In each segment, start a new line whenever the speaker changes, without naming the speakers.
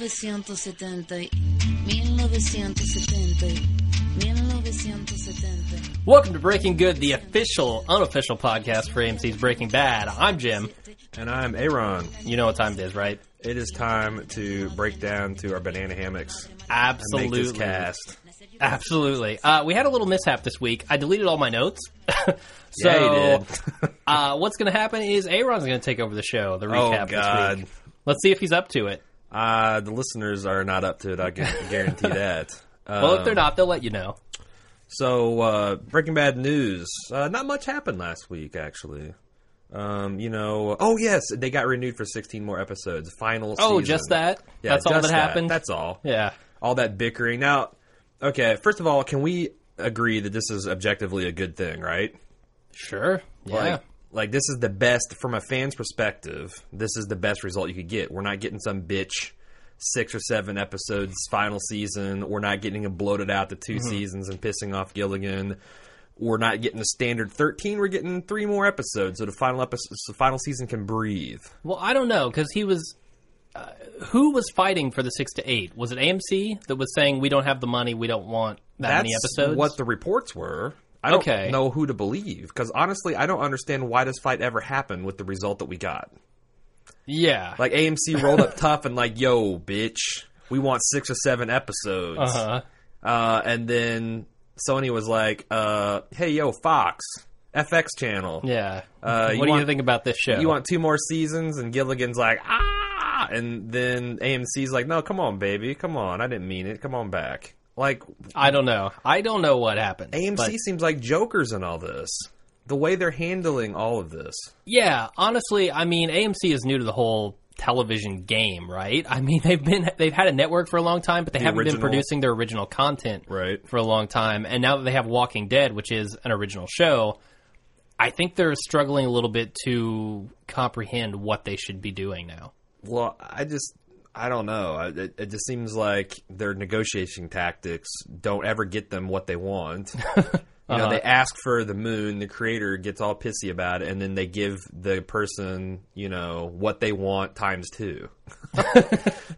1970, 1970, 1970.
Welcome to Breaking Good, the official, unofficial podcast for AMC's Breaking Bad. I'm Jim.
And I'm Aaron.
You know what time it is, right?
It is time to break down to our banana hammocks and make this
Absolutely.
cast.
Absolutely. Uh, we had a little mishap this week. I deleted all my notes. so,
Yeah, you did. Oh,
uh, what's going to happen is Aaron's going to take over the show, the recap
God.
this week. Let's see if he's up to it.
Uh, the listeners are not up to it. I can guarantee that. Uh,
Well, if they're not, they'll let you know.
so, uh, Breaking Bad news. Uh, not much happened last week, actually. Um, you know, oh yes, they got renewed for 16 more episodes. Final.
Oh,
season.
just that?
Yeah,
That's all
just
that happened?
That's all.
Yeah.
all that bickering. Now, okay, first of all, can we agree that this is objectively a good thing, right?
Sure. Yeah.
Like, like this is the best from a fan's perspective. This is the best result you could get. We're not getting some bitch six or seven episodes final season. We're not getting a bloated out to 2
Mm-hmm.
seasons and pissing off Gilligan. We're not getting the standard thirteen. We're getting three more episodes, so the final episode, so the final season can breathe.
Well, I don't know because he was. Uh, who was fighting for the six to eight? Was it AMC that was saying we don't have the money, we don't want that
That's
many episodes?
what the reports were. I don't
Okay.
know who to believe because honestly, I don't understand why this fight ever happened with the result that we got.
yeah,
Like AMC rolled up tough and like, "Yo, bitch, we want six or seven episodes,"
uh,
Uh, and then Sony was like, uh, "Hey, yo, Fox, FX channel,
yeah.
Uh, you
what do you
want-
think about this show?
you want two more seasons?" And Gilligan's like, "Ah!" And then AMC's like, "No, come on, baby, come on, I didn't mean it, come on back." Like
I don't know. I don't know what happened.
AMC
but-
seems like jokers in all this. The way they're handling all of this.
yeah, honestly, I mean, AMC is new to the whole television game, right? I mean, they've been they've had a network for a long time, but they haven't been
original-
producing their original content
Right.
for a long time. And now that they have Walking Dead, which is an original show, I think they're struggling a little bit to comprehend what they should be doing now.
Well, I just I don't know. I- It, it just seems like their negotiation tactics don't ever get them what they want. You
Uh-huh.
know, they ask for the moon, the creator gets all pissy about it, and then they give the person, you know, what they want times two.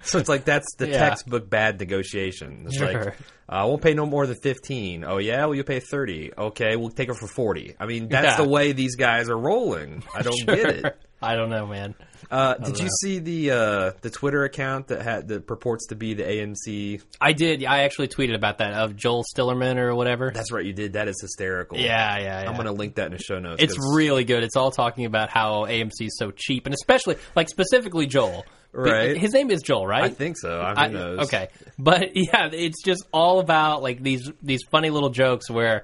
so it's like that's the
Yeah.
textbook bad negotiation. It's like
Sure.
I won't pay no more than fifteen. Oh yeah, well you pay thirty. Okay, we'll take it for forty. I mean, that's
Yeah.
the way these guys are rolling. I don't get it.
I don't know, man.
Uh, did you see the uh, the Twitter account that had that purports to be the AMC?
I did. I actually tweeted about that of Joel Stillerman or whatever.
That's right, you did. That is hysterical.
yeah, yeah, yeah.
I'm gonna link that in the show notes.
it's
'cause-
really good. It's all talking about how AMC is so cheap, and especially like specifically Joel.
Right.
His name is Joel, right?
I think so. I,
I-
who knows?
Okay, but yeah, it's just all about like these these funny little jokes where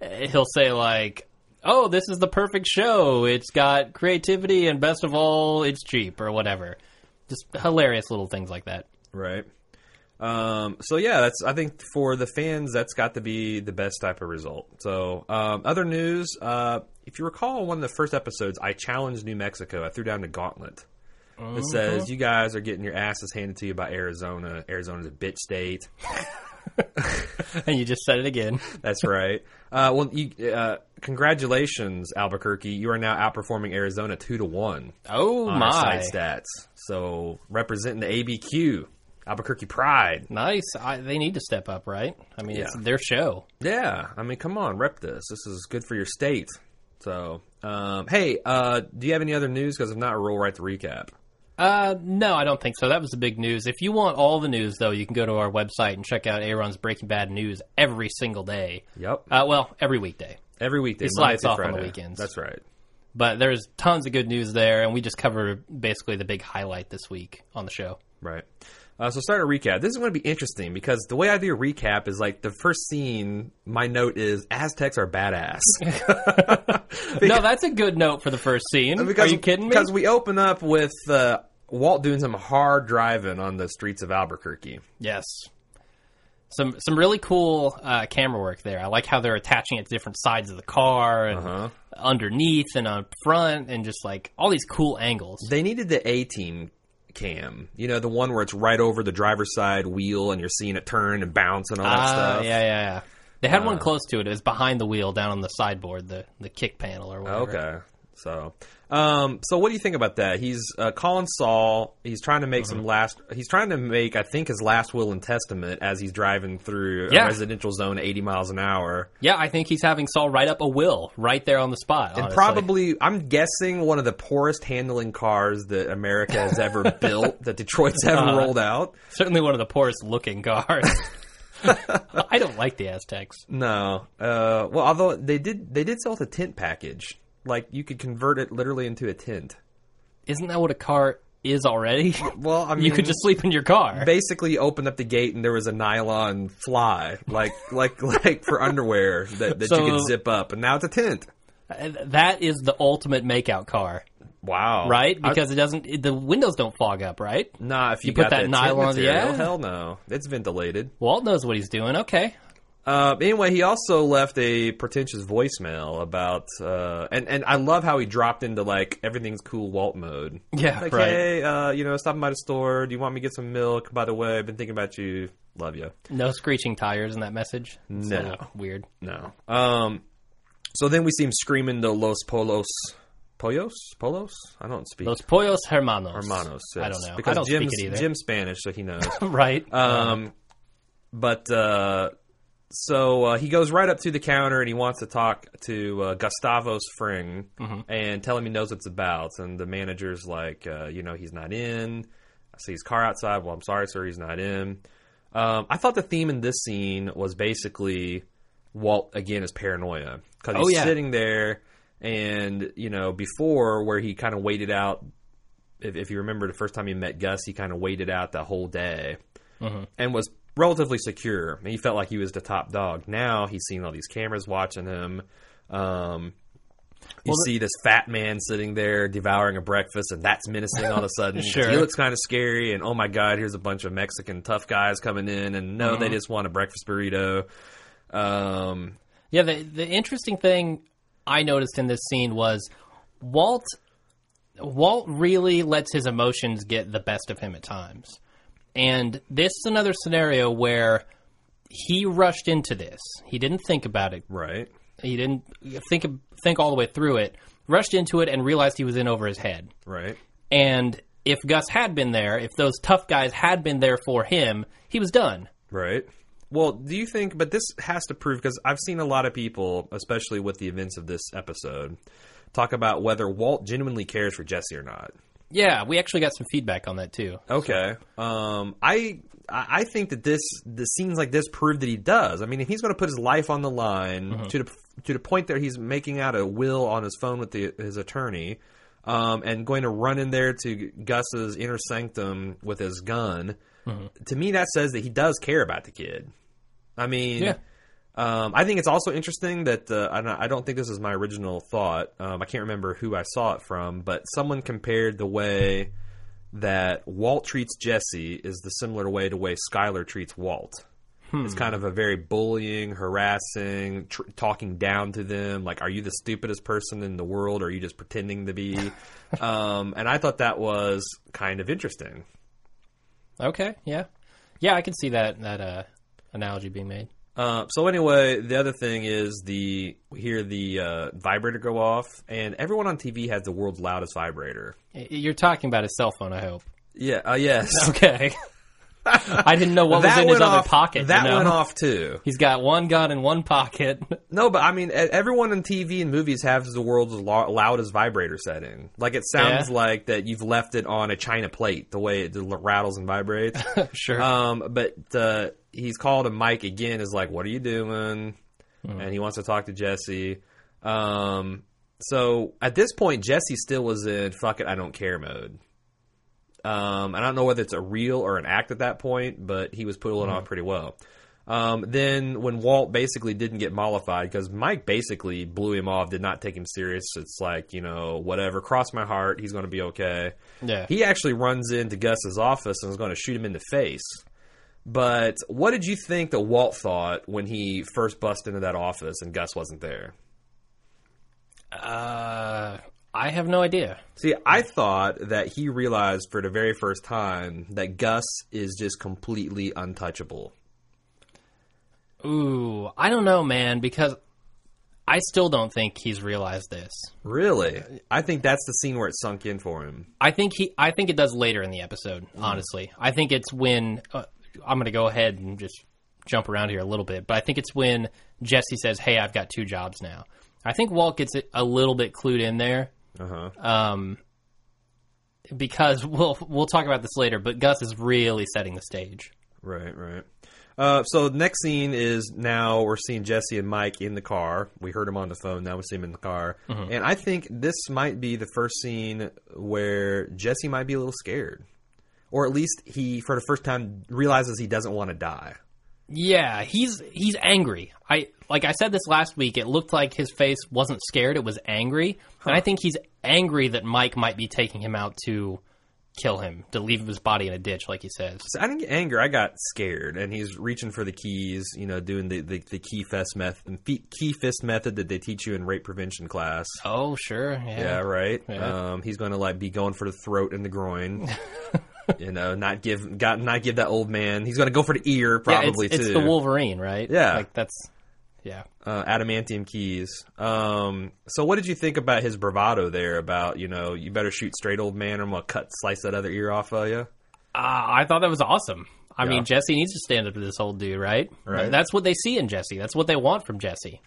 uh, he'll say like, "Oh, this is the perfect show. It's got creativity, and best of all, it's cheap or whatever." Just hilarious little things like that.
Right. Um, so yeah, that's I think for the fans that's got to be the best type of result. So um, other news, uh, if you recall, one of the first episodes, I challenged New Mexico. I threw down the gauntlet. It
Uh-huh.
says you guys are getting your asses handed to you by Arizona. Arizona's a bitch state.
And you just said it again.
That's right. Uh, well, you, uh, congratulations, Albuquerque. You are now outperforming Arizona two to one
Oh
on our
my!
side stats. So representing the ABQ, Albuquerque pride.
Nice. I, they need to step up, right? I mean, it's
Yeah.
their show.
Yeah, I mean, come on, rep this. This is good for your state. So, um, hey, uh, do you have any other news? Because if not, roll right to recap.
Uh, no, I don't think so. That was the big news. If you want all the news, though, you can go to our website and check out Aaron's Breaking Bad news every single day.
Yep.
Uh, well, every weekday.
Every weekday,
he
Monday
slides
through
off on the
Friday.
weekends.
That's right.
But there's tons of good news there, and we just cover basically the big highlight this week on the show.
Right. Uh, so starting a recap. This is going to be interesting because the way I do a recap is like the first scene. My note is Aztecs are badass.
no, that's a good note for the first scene.
Because,
Are you kidding me?
Because we open up with uh, Walt doing some hard driving on the streets of Albuquerque.
Yes. Some some really cool uh, camera work there. I like how they're attaching it to different sides of the car and
Uh-huh.
underneath and up front and just like all these cool angles.
They needed the A team cam, you know, the one where it's right over the driver's side wheel and you're seeing it turn and bounce and all that
Ah,
stuff. Uh,
Yeah, yeah, yeah. They had one close to it. It was behind the wheel, down on the sideboard, the the kick panel or whatever.
Okay. So, Um, so what do you think about that? He's uh, calling Saul. He's trying to make
Mm-hmm.
some last. He's trying to make, I think, his last will and testament as he's driving through
Yeah.
a residential zone, at eighty miles an hour,
Yeah, I think he's having Saul write up a will right there on the spot.
and
honestly.
probably, I'm guessing, one of the poorest handling cars that America has ever built, that Detroit's ever
Uh-huh.
rolled out.
certainly one of the poorest looking cars. I don't like the Aztecs.
No. Uh, well, although they did, they did sell it a tent package. Like you could convert it literally into a tent.
Isn't that what a car is already?
Well, I mean,
you could just sleep in your car.
basically opened up the gate and there was a nylon fly, like like like for underwear that, that
So-
you could zip up, and now it's a tent.
Uh, that is the ultimate makeout car,
Wow!
right? Because it doesn't. it- the windows don't fog up, right?
nah, if you,
put
got
that
tent
nylon-
material,
yeah.
hell no, it's ventilated.
Walt knows what he's doing. Okay,
Uh, anyway, he also left a pretentious voicemail about, uh, and and I love how he dropped into like everything's cool Walt mode.
Yeah,
like,
right.
Hey, uh, you know, stopping by the store. Do you want me to get some milk? By the way, I've been thinking about you. Love you.
no screeching tires in that message. It's a
No.
little weird.
No. Um. So then we see him screaming the Los Polos, Polos, Polos. I don't speak
Los pollos hermanos.
Hermanos.
I
yes.
don't know.
Because
I don't
Jim's,
speak it either.
Jim's Spanish, so he knows.
right.
um. But uh, so uh, he goes right up to the counter and he wants to talk to uh, Gustavo Spring
Mm-hmm.
and tell him he knows what it's about. And the manager's like, uh, you know, he's not in. I see his car outside. Well, I'm sorry, sir, he's not in. Um, I thought the theme in this scene was basically Walt again is paranoia because he's
Oh, yeah.
sitting there and you know before where he kind of waited out. If, if you remember the first time he met Gus, he kind of waited out the whole day and was relatively secure. He felt like he was the top dog. Now he's seeing all these cameras watching him. Um, you see this fat man sitting there devouring a breakfast, and that's menacing all of a sudden.
Sure.
He looks kind of scary, and oh my god, here's a bunch of Mexican tough guys coming in, and no, they just want a breakfast burrito. Um,
Yeah, the the interesting thing I noticed in this scene was Walt Walt really lets his emotions get the best of him at times. And this is another scenario where he rushed into this. He didn't think about it.
right.
He didn't think think all the way through it. Rushed into it and realized he was in over his head.
Right.
And if Gus had been there, if those tough guys had been there for him, he was done.
Right. Well, do you think? But this has to prove because I've seen a lot of people, especially with the events of this episode, talk about whether Walt genuinely cares for Jesse or not.
Yeah, we actually got some feedback on that too.
Okay. Um, I I I think that this the scenes like this prove that he does. I mean, if he's going to put his life on the line to the to the point that he's making out a will on his phone with the, his attorney, um, and going to run in there to Gus's inner sanctum with his gun. To me, that says that he does care about the kid. I mean.
Yeah.
Um, I think it's also interesting that uh, I don't- I don't think this is my original thought. Um, I can't remember who I saw it from, but someone compared the way that Walt treats Jesse is the similar way to way Skyler treats Walt.
Hmm.
It's kind of a very bullying, harassing, tr- talking down to them. Like, are you the stupidest person in the world? Or are you just pretending to be? um, and I thought that was kind of interesting.
Okay, yeah, yeah, I can see that that uh, analogy being made.
Uh, so anyway, the other thing is the we hear the uh, vibrator go off, and everyone on TV has the world's loudest vibrator.
Y- You're talking about his cell phone, I hope.
Yeah. Uh, yes.
Okay, I didn't know what was in his other pocket.
That
you know?
went off too.
He's got one gun in one pocket.
No, but I mean, e- everyone in TV and movies has the world's lo- loudest vibrator setting. Like it sounds
Yeah.
like that you've left it on a china plate, the way it rattles and vibrates.
sure.
Um, but uh, he's called and Mike again. Is like, what are you doing? And he wants to talk to Jesse. Um, so at this point, Jesse still was in "fuck it, I don't care" mode. Um, and I don't know whether it's a reel or an act at that point, but he was pulling off pretty well. Um, then when Walt basically didn't get mollified because Mike basically blew him off, did not take him serious. It's like you know whatever, cross my heart, he's going to be okay.
yeah.
He actually runs into Gus's office and is going to shoot him in the face. But what did you think that Walt thought when he first bust into that office and Gus wasn't there?
uh, I have no idea.
See, I thought that he realized for the very first time that Gus is just completely untouchable.
Ooh, I don't know, man, because I still don't think he's realized this.
Really? I think that's the scene where it sunk in for him.
I think he. I think it does later in the episode. Honestly, I think it's when uh, I'm going to go ahead and just jump around here a little bit, but I think it's when Jesse says, "Hey, I've got two jobs now." I think Walt gets a- a little bit clued in there
Uh huh.
um, because we'll we'll talk about this later. But Gus is really setting the stage.
Right, right. Uh, so the next scene is now we're seeing Jesse and Mike in the car. We heard him on the phone. Now we see him in the car, and I think this might be the first scene where Jesse might be a little scared, or at least he, for the first time, realizes he doesn't want to die.
Yeah, he's he's angry. I like I said this last week. It looked like his face wasn't scared; it was angry, and I think he's angry that Mike might be taking him out to kill him, to leave his body in a ditch, like he says.
So I didn't get anger. I got scared, and he's reaching for the keys. You know, doing the, the, the key fest method, key fist method that they teach you in rape prevention class.
Oh, sure,
Yeah,
yeah,
right. Um, he's going to like be going for the throat and the groin. you know, not give got not give that old man. He's going to go for the ear
Yeah,
probably
it's,
too.
it's the Wolverine, right?
Yeah.
like that's yeah.
Uh, adamantium keys. Um, so what did you think about his bravado there? About you know, you better shoot straight, old man, or I'm going to cut slice that other ear off of you.
Uh, I thought that was awesome. I
Yeah.
mean, Jesse needs to stand up to this old dude, right?
Right.
That's what they see in Jesse. That's what they want from Jesse.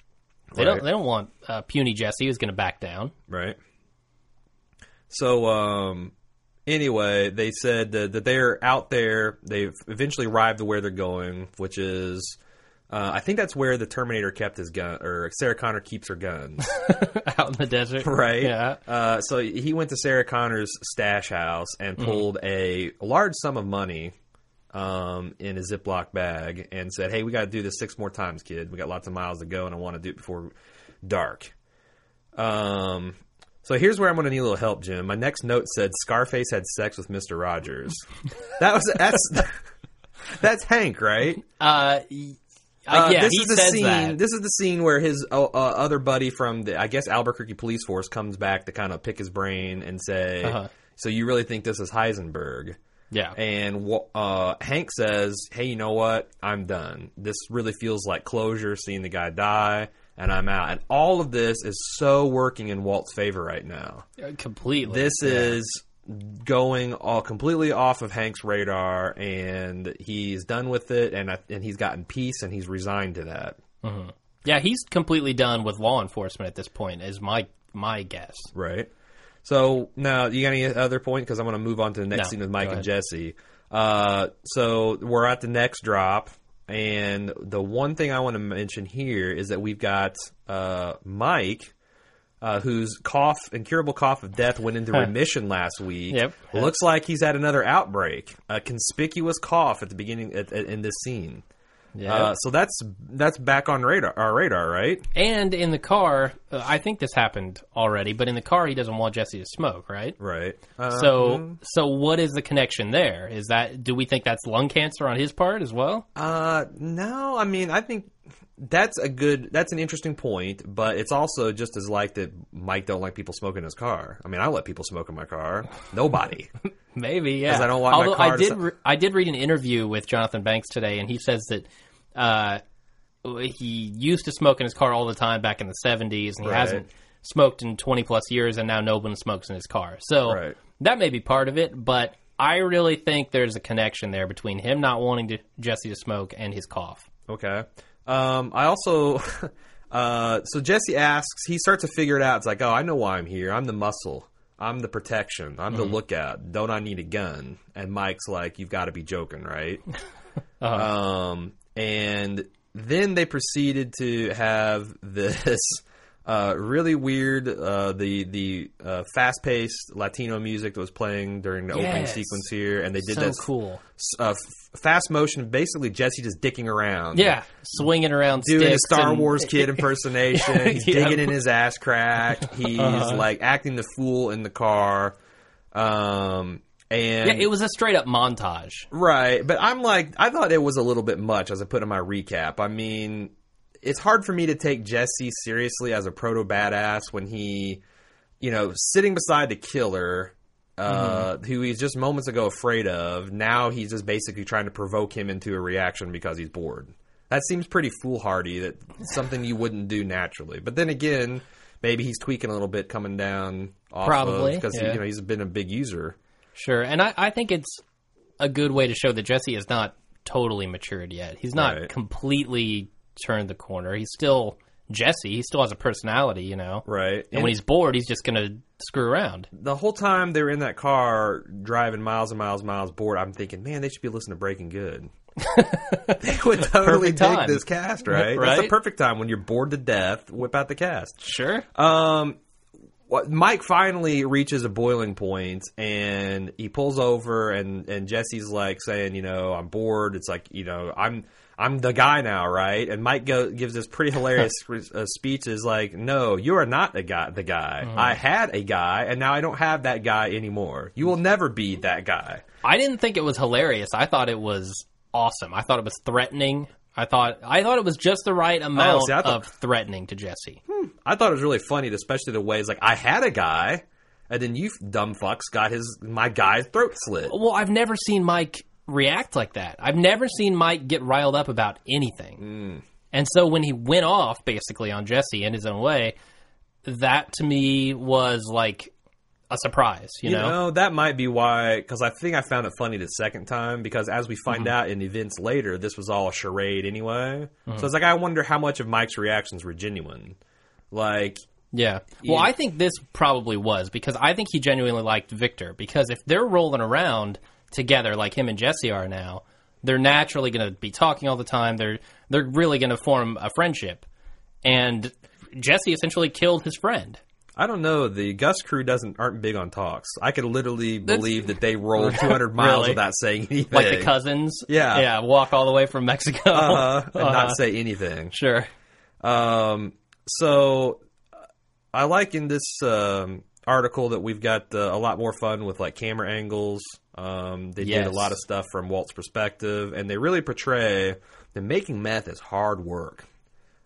They
Right.
don't. They don't want uh, puny Jesse who's going to back down.
Right. So, um, anyway, they said that, that they're out there. They've eventually arrived to where they're going, which is, uh, I think that's where the Terminator kept his gun, or Sarah Connor keeps her guns,
out in the desert,
right?
Yeah.
Uh, so he went to Sarah Connor's stash house and pulled a large sum of money. Um, in a Ziploc bag, and said, "Hey, we got to do this six more times, kid. We got lots of miles to go, and I want to do it before dark." Um, so here's where I'm going to need a little help, Jim. My next note said Scarface had sex with Mister Rogers. that was that's that's Hank, right?
Uh, y- uh,
Uh,
yeah,
this
he
is the
says
scene.
that.
This is the scene where his uh, uh, other buddy from the, I guess, Albuquerque police force comes back to kind of pick his brain and say,
Uh-huh.
"So you really think this is Heisenberg?"
yeah,
And wh- uh, Hank says, "Hey, you know what? I'm done. This really feels like closure. Seeing the guy die, and I'm out. And all of this is so working in Walt's favor right now.
Uh, completely.
This
Yeah.
is." Going all completely off of Hank's radar, and he's done with it, and I, and he's gotten peace, and he's resigned to that.
yeah. He's completely done with law enforcement at this point. Is my my guess.
Right. So now you got any other point? Because I'm going to move on to the next
No,
scene with Mike
go
and
ahead.
Jesse. Uh, so we're at the next drop, and the one thing I want to mention here is that we've got uh, Mike. Uh, whose cough, incurable cough of death, went into remission last week.
Yep.
Looks like he's had another outbreak. A conspicuous cough at the beginning at, at, in this scene.
Yeah.
Uh, so that's that's back on radar, our radar, right?
and in the car, uh, I think this happened already. But in the car, he doesn't want Jesse to smoke, right?
Right. Uh,
So, so what is the connection there? Is that do we think that's lung cancer on his part as well?
Uh, no, I mean, I think that's a good, that's an interesting point, but it's also just as like that Mike don't like people smoking in his car. I mean, I let people smoke in my car. Nobody.
Maybe, yeah.
'Cause I don't want my
Although
car
I
to
did,
so-
re- I did read an interview with Jonathan Banks today, and he says that uh, he used to smoke in his car all the time back in the seventies, and he
Right.
hasn't smoked in twenty plus years, and now no one smokes in his car. So
Right.
that may be part of it, but I really think there's a connection there between him not wanting to, Jesse to smoke and his cough.
okay. Um, I also, uh, so Jesse asks, he starts to figure it out. It's like, oh, I know why I'm here. I'm the muscle. I'm the protection. I'm
Mm-hmm.
the lookout. Don't I need a gun? And Mike's like, you've got to be joking, right?
Uh-huh.
Um, and then they proceeded to have this uh, really weird uh, the the uh, fast paced Latino music that was playing during the opening
Yes.
sequence here, and they did
so
that s-
cool,
s- uh, f- fast motion, basically Jesse just dicking around,
yeah, swinging around,
doing a
sticks
Star
and-
Wars kid impersonation. He's
Yeah. Uh-huh.
digging in his ass crack. He's like acting the fool in the car. Um, and
Yeah, it was a straight up montage.
Right, but I'm like, I thought it was a little bit much as I put in my recap. I mean, it's hard for me to take Jesse seriously as a proto badass when he, you know, sitting beside the killer,
Mm-hmm.
uh, who he's just moments ago afraid of. Now he's just basically trying to provoke him into a reaction because he's bored. That seems pretty foolhardy. That something you wouldn't do naturally. But then again, maybe he's tweaking a little bit coming down. Off
Probably,
because
yeah.
you know he's been a big user.
Sure, and I, I think it's a good way to show that Jesse is not totally matured yet. He's not
Right.
completely turned the corner. He's still Jesse. He still has a personality, you know.
Right.
And, when he's bored, he's just gonna screw around.
the whole time they were in that car driving miles and miles and miles bored, I'm thinking, man, they should be listening to Breaking Good. they would totally
Perfect
take
time.
this cast, right? That's the
Right?
perfect time when you're bored to death, whip out the cast.
Sure.
Um, what, Mike finally reaches a boiling point and he pulls over and, and Jesse's like saying, you know, I'm bored. It's like, you know, I'm I'm the guy now, right? And Mike go, gives this pretty hilarious uh, speech is like, no, you are not the guy. The guy I had a guy, and now I don't have that guy anymore. You will never be that guy.
I didn't think it was hilarious. I thought it was awesome. I thought it was threatening. I thought I thought it was just the right amount
Oh, see, I
of
thought-
threatening to Jesse.
I thought it was really funny, especially the ways like I had a guy, and then you dumb fucks got his my guy's throat slit.
Well, I've never seen Mike react like that. I've never seen Mike get riled up about anything. And so when he went off basically on Jesse in his own way, that to me was like a surprise, you,
You
know?
know? that might be why, because I think I found it funny the second time. Because as we find
Mm-hmm.
out in events later, this was all a charade anyway.
Mm.
So it's like I wonder how much of Mike's reactions were genuine. Like,
Yeah. Well, I think this probably was because I think he genuinely liked Victor because if they're rolling around together like him and Jesse are now, they're naturally going to be talking all the time. They're they're really going to form a friendship. And Jesse essentially killed his friend.
I don't know, the Gus crew doesn't aren't big on talks. I could literally believe that they rolled 200 miles
Really?
without saying anything,
like the cousins.
Yeah.
yeah. Walk all the way from Mexico.
uh, and
Uh-huh.
not say anything.
Sure.
Um, so uh, I like in this um, article that we've got uh, a lot more fun with like camera angles. Um, they did
Yes.
a lot of stuff from Walt's perspective, and they really portray that making meth is hard work.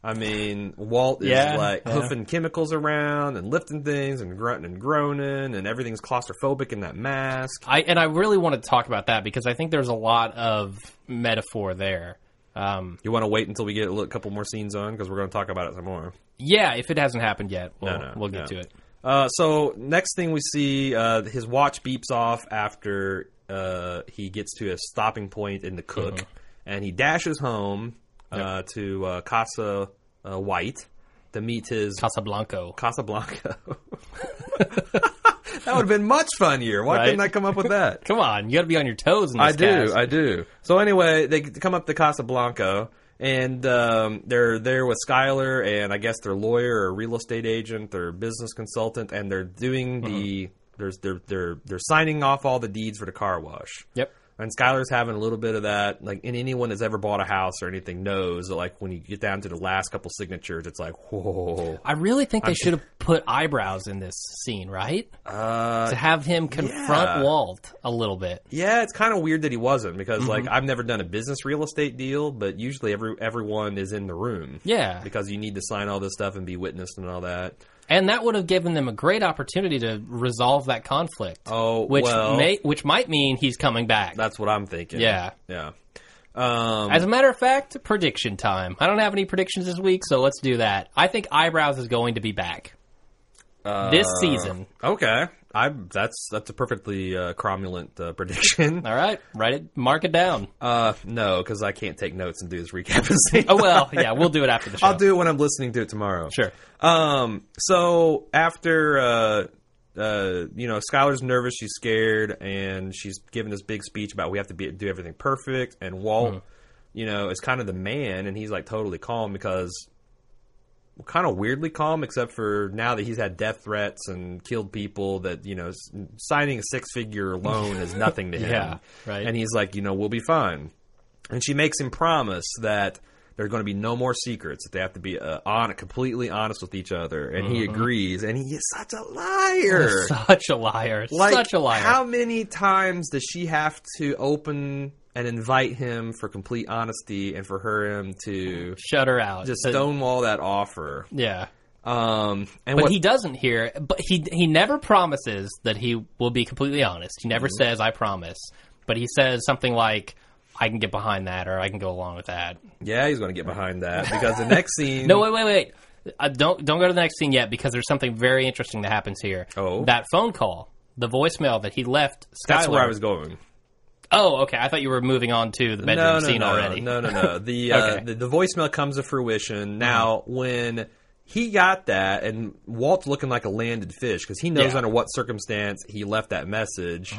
I mean, Walt is
Yeah,
like
yeah.
hoofing chemicals around and lifting things and grunting and groaning, and everything's claustrophobic in that mask.
I and I really want to talk about that because I think there's a lot of metaphor there. Um,
You want to wait until we get a little- couple more scenes on because we're going to talk about it some more.
yeah. If it hasn't happened yet, we'll,
no,
we'll get
no.
to it.
Uh, so next thing we see, uh, his watch beeps off after uh, he gets to a stopping point in the cook, and he dashes home uh, to uh, Casa uh, White to meet his
Casablanco.
Casablanca. that would have been much funnier. Why
Right?
couldn't I come up with that?
Come on, you got to be on your toes in this
I do,
cast.
I do. So anyway, they come up to Casablanca, and um, they're there with Skyler, and I guess their lawyer or real estate agent or business consultant, and they're doing the
Mm-hmm.
there's they're they're they're signing off all the deeds for the car wash.
Yep.
And Skylar's having a little bit of that. Like, and anyone that's ever bought a house or anything knows that, like, when you get down to the last couple signatures, it's like, whoa.
I really think they should have put eyebrows in this scene, right?
Uh,
to have him confront
yeah.
Walt a little bit.
yeah, it's kind of weird that he wasn't because, like,
Mm-hmm.
I've never done a business real estate deal, but usually every everyone is in the room.
Yeah.
because you need to sign all this stuff and be witnessed and all that.
And that would have given them a great opportunity to resolve that conflict.
Oh,
which
well.
may which might mean he's coming back.
That's what I'm thinking.
Yeah.
yeah. Um,
As a matter of fact, prediction time. I don't have any predictions this week, so let's do that. I think eyebrows is going to be back this
Uh,
season.
okay, I that's that's a perfectly uh, cromulent uh, prediction.
All right, write it, mark it down.
Uh, no, because I can't take notes and do this recap. at the same
Oh well, yeah, we'll do it after the show.
I'll do it when I'm listening to it tomorrow.
Sure.
Um. So after uh, uh, you know, Skylar's nervous. She's scared, and she's giving this big speech about we have to be do everything perfect. And Walt,
Mm-hmm.
you know, is kind of the man, and he's like totally calm because. Kind of weirdly calm, except for now that he's had death threats and killed people. That you know, s- signing a six-figure loan is nothing to him.
Yeah, right.
And he's like, you know, we'll be fine and she makes him promise that there are going to be no more secrets. That they have to be uh, on completely honest with each other, and he agrees. And he is such a liar.
Mm-hmm. Such a liar.
Like,
Such a liar.
How many times does she have to open and invite him for complete honesty, and for her him to
Shut her out.
just
Uh,
stonewall that offer?
yeah.
Um, and
But
what
he doesn't hear. But he he never
Mm-hmm.
promises that he will be completely honest. He never says I promise. But he says something like I can get behind that, or I can go along with that.
Yeah, he's going to get behind that because the next scene.
No, wait, wait, wait. Uh, don't don't go to the next scene yet because there's something very interesting that happens here.
Oh.
that phone call, the voicemail that he left. Skylar.
that's where I was going.
Oh, okay. I thought you were moving on to the bedroom
No, no,
scene
no,
already.
no, no, no. The, uh,
Okay. Mm.
the the voicemail comes to fruition now when. He got that, and Walt's looking like a landed fish because he knows
Yeah. Uh-huh.
under what circumstance he left that message.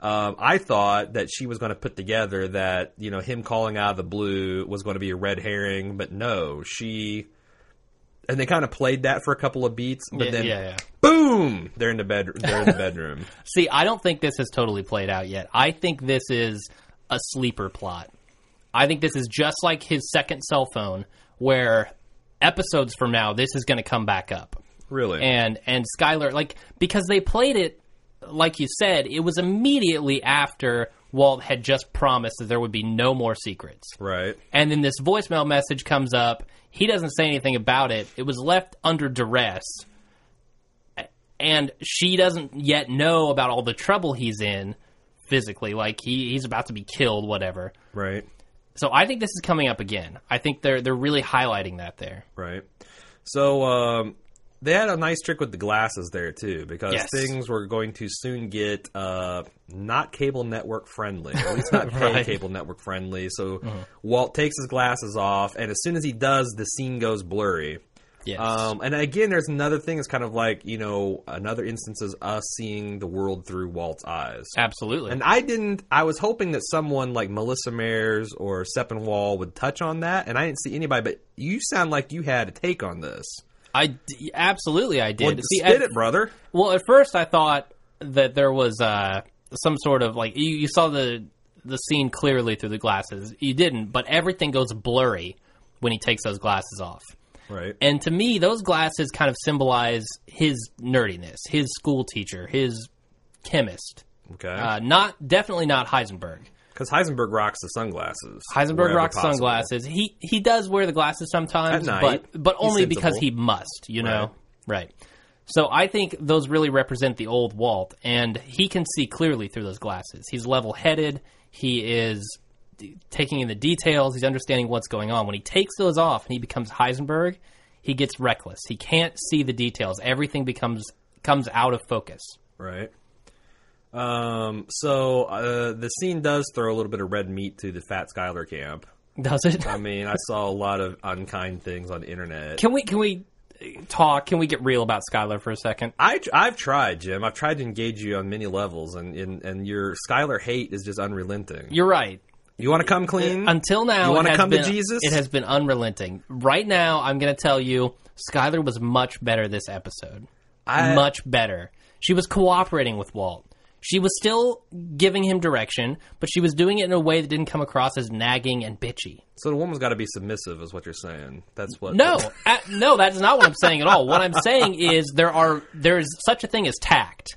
Um, I thought that she was going to put together that you know him calling out of the blue was going to be a red herring, but no, she. And they kind of played that for a couple of beats, but
Yeah,
then
yeah, yeah.
boom, they're in the bed. They're in the bedroom.
See, I don't think this has totally played out yet. I think this is a sleeper plot. I think this is just like his second cell phone, where episodes from now, this is going to come back up.
really?
and and Skylar like because they played it like you said it was immediately after Walt had just promised that there would be no more secrets
right.
and then this voicemail message comes up he doesn't say anything about it it was left under duress and she doesn't yet know about all the trouble he's in physically like he, he's about to be killed whatever
Right.
so I think this is coming up again I think they're they're really highlighting that there
Right. So um, they had a nice trick with the glasses there too, because
Yes.
things were going to soon get uh, not cable network friendly, or at least not pay
Right. Mm-hmm.
cable network friendly. So Walt takes his glasses off, and as soon as he does, the scene goes blurry.
yes
Um, and again, there's another thing. It's kind of like you know, another instance is us seeing the world through Walt's eyes.
absolutely
And I didn't. I was hoping that someone like Melissa Mayers or Seppenwall would touch on that, and I didn't see anybody. But you sound like you had a take on this.
I d- absolutely I did
Well,
See,
spit
at-
it, brother.
Well, at first I thought that there was uh, some sort of like you, you saw the the scene clearly through the glasses. You didn't, but everything goes blurry when he takes those glasses off.
Right.
And to me, those glasses kind of symbolize his nerdiness, his school teacher, his chemist.
Okay.
Uh, not definitely not Heisenberg.
Because Heisenberg rocks the sunglasses.
Heisenberg
wherever
rocks
possible.
sunglasses. He he does wear the glasses sometimes,
At night.
but but
He's
only because
sensible.
he must, you know. Right. So I think those really represent the old Walt, and he can see clearly through those glasses. He's level-headed. He is d- taking in the details. He's understanding what's going on. When he takes those off and he becomes Heisenberg, he gets reckless. He can't see the details. Everything becomes comes out of focus.
Right. Um. So uh, the scene does throw a little bit of red meat to the Fat Skyler camp.
Does it?
I mean, I saw a lot of unkind things on the internet.
Can we can we talk? Can we get real about Skylar for a second?
I, I've tried, Jim. I've tried to engage you on many levels, and, and, and your Skylar hate is just unrelenting.
You're right.
You want to
Uh,
come clean?
Until now,
Mm-hmm. You
it
wanna
has
come to
been-
Jesus?
It has been unrelenting. Right now, I'm going to tell you, Skylar was much better this episode.
I-
much better. She was cooperating with Walt. She was still giving him direction, but she was doing it in a way that didn't come across as nagging and bitchy.
so the woman's got to be submissive, is what you're saying. That's what.
No, uh, no, that is not what I'm saying at all. What I'm saying is there are there is such a thing as tact,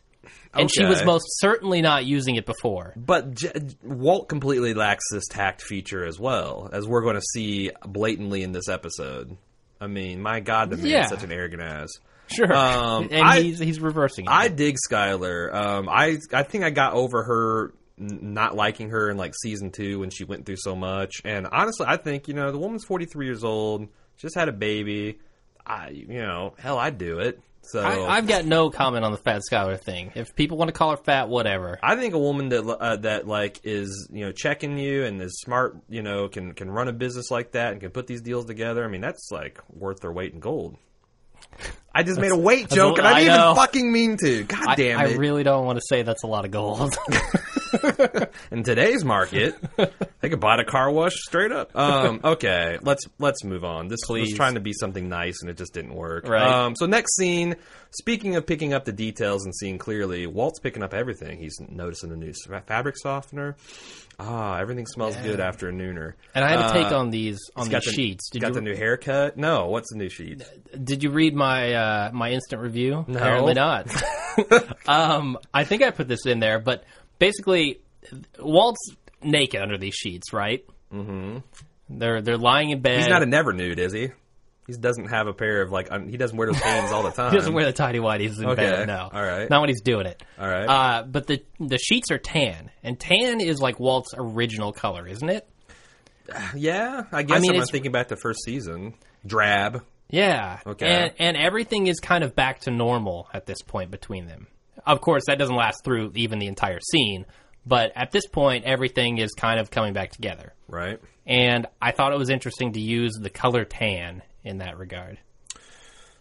and she was
Okay.
most certainly not using it before.
But J- Walt completely lacks this tact feature as well, as we're going to see blatantly in this episode. I mean, my God, the man's
Yeah.
such an arrogant ass.
Sure,
Um,
and
I-
he's he's reversing it.
I dig Skylar. Um, I I think I got over her n- not liking her in like season two when she went through so much. And honestly, I think you know the woman's forty three years old, just had a baby. I you know hell, I'd do it. So
I, I've got no comment on the fat Skylar thing. If people want to call her fat, whatever.
I think a woman that uh, that like is you know checking you and is smart, you know, can can run a business like that and can put these deals together. I mean, that's like worth their weight in gold. I just made a weight
a
joke,
li-
and I didn't
I know.
even fucking mean to. God
I,
damn
I
it!
really don't want to say that's a lot of gold.
in today's market, they could buy a car wash straight up. Um, okay, let's let's move on. This was
Please.
trying to be something nice, and it just didn't work.
Right.
Um, so next scene. Speaking of picking up the details and seeing clearly, Walt's picking up everything. He's noticing a new s- fabric softener. Ah, everything smells good after a nooner.
and I have a take
Uh,
on these on
he's got
these sheets.
The,
Did
got
you
the new haircut? No, what's the new sheets?
did you read my uh, my instant review? Apparently not. um, I think I put this in there, but basically, Walt's naked under these sheets, right? Mm-hmm. They're they're lying in bed.
He's not a never nude, is he? He's He doesn't have a pair of like un- he doesn't wear those chains all the time.
He doesn't wear the tidy whities in
Okay.
bed. No,
All right.
not when he's doing it.
All right.
Uh, but the the sheets are tan, and tan is like Walt's original color, isn't it?
yeah, I guess
I
I
mean,
am
it's-
thinking back to first season. Drab.
Yeah.
Okay.
And, and everything is kind of back to normal at this point between them. Of course, that doesn't last through even the entire scene, but at this point, everything is kind of coming back together.
Right.
And I thought it was interesting to use the color tan in that regard.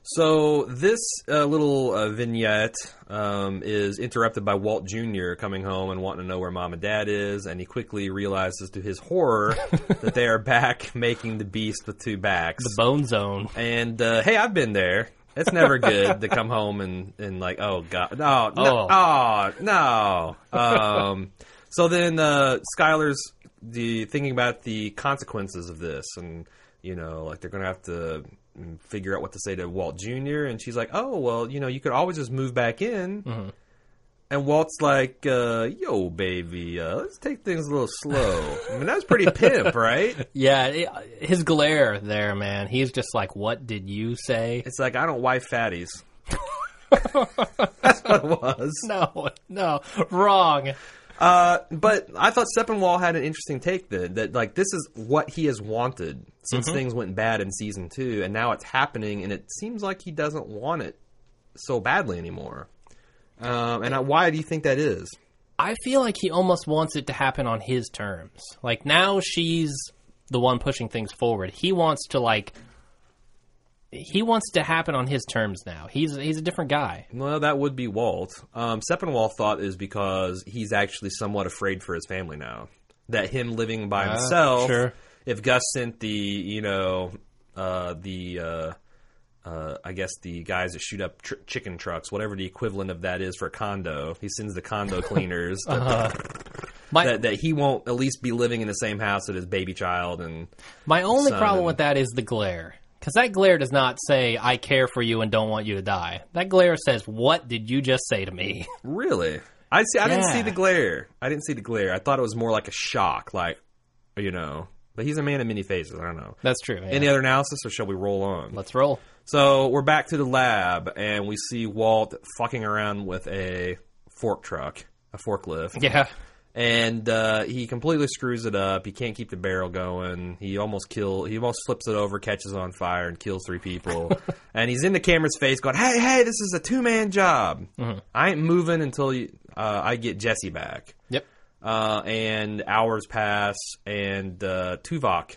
So this uh, little uh, vignette um, is interrupted by Walt Jr. coming home and wanting to know where mom and dad is, and he quickly realizes to his horror that they are back making the beast with two backs.
Bone Zone.
and uh, hey, I've been there. It's never good to come home and, and like, oh god, no, no, oh, no. Um, so then uh, Skylar's the thinking about the consequences of this, and you know, like they're gonna have to mm, figure out what to say to Walt Junior, and she's like, oh well, you know, you could always just move back in. And Walt's like, uh, "Yo, baby, uh, let's take things a little slow." I mean, that's pretty pimp, right?
Yeah, it, his glare there, man. He's just like, "What did you say?"
It's like I don't wife fatties. That's what it was.
No, no, wrong.
Uh, but I thought Steppenwall had an interesting take then that like this is what he has wanted since things went bad in season two, and now it's happening, and it seems like he doesn't want it so badly anymore. Um, and I, why do you think that is?
I feel like he almost wants it to happen on his terms. Like now she's the one pushing things forward. He wants to like he wants to happen on his terms now. He's he's a different guy.
Well, that would be Walt. Um, Steppenwall thought is because he's actually somewhat afraid for his family now. That him living by himself.
sure.
If Gus sent the, you know, uh, the, uh, uh, I guess the guys that shoot up tr- chicken trucks, whatever the equivalent of that is for a condo, he sends the condo cleaners. that-
My
that, that he won't at least be living in the same house that his baby child and
my only
son
problem
and-
with that is the glare. Cuz that glare does not say I care for you and don't want you to die. That glare says what did you just say to me?
Really? I see. I didn't see
Yeah.
the glare. I didn't see the glare. I thought it was more like a shock, like you know. But he's a man of many faces. I don't know.
That's true. yeah.
Any other analysis, or shall we roll on?
Let's roll.
So we're back to the lab, and we see Walt fucking around with a fork truck, a forklift,
Yeah.
and uh, he completely screws it up. He can't keep the barrel going. He almost kill. He almost flips it over, catches on fire, and kills three people. and he's in the camera's face, going, "Hey, hey, this is a two man job.
Mm-hmm.
I ain't moving until you, uh, I get Jesse back."
Yep.
Uh, and hours pass, and uh, Tuvok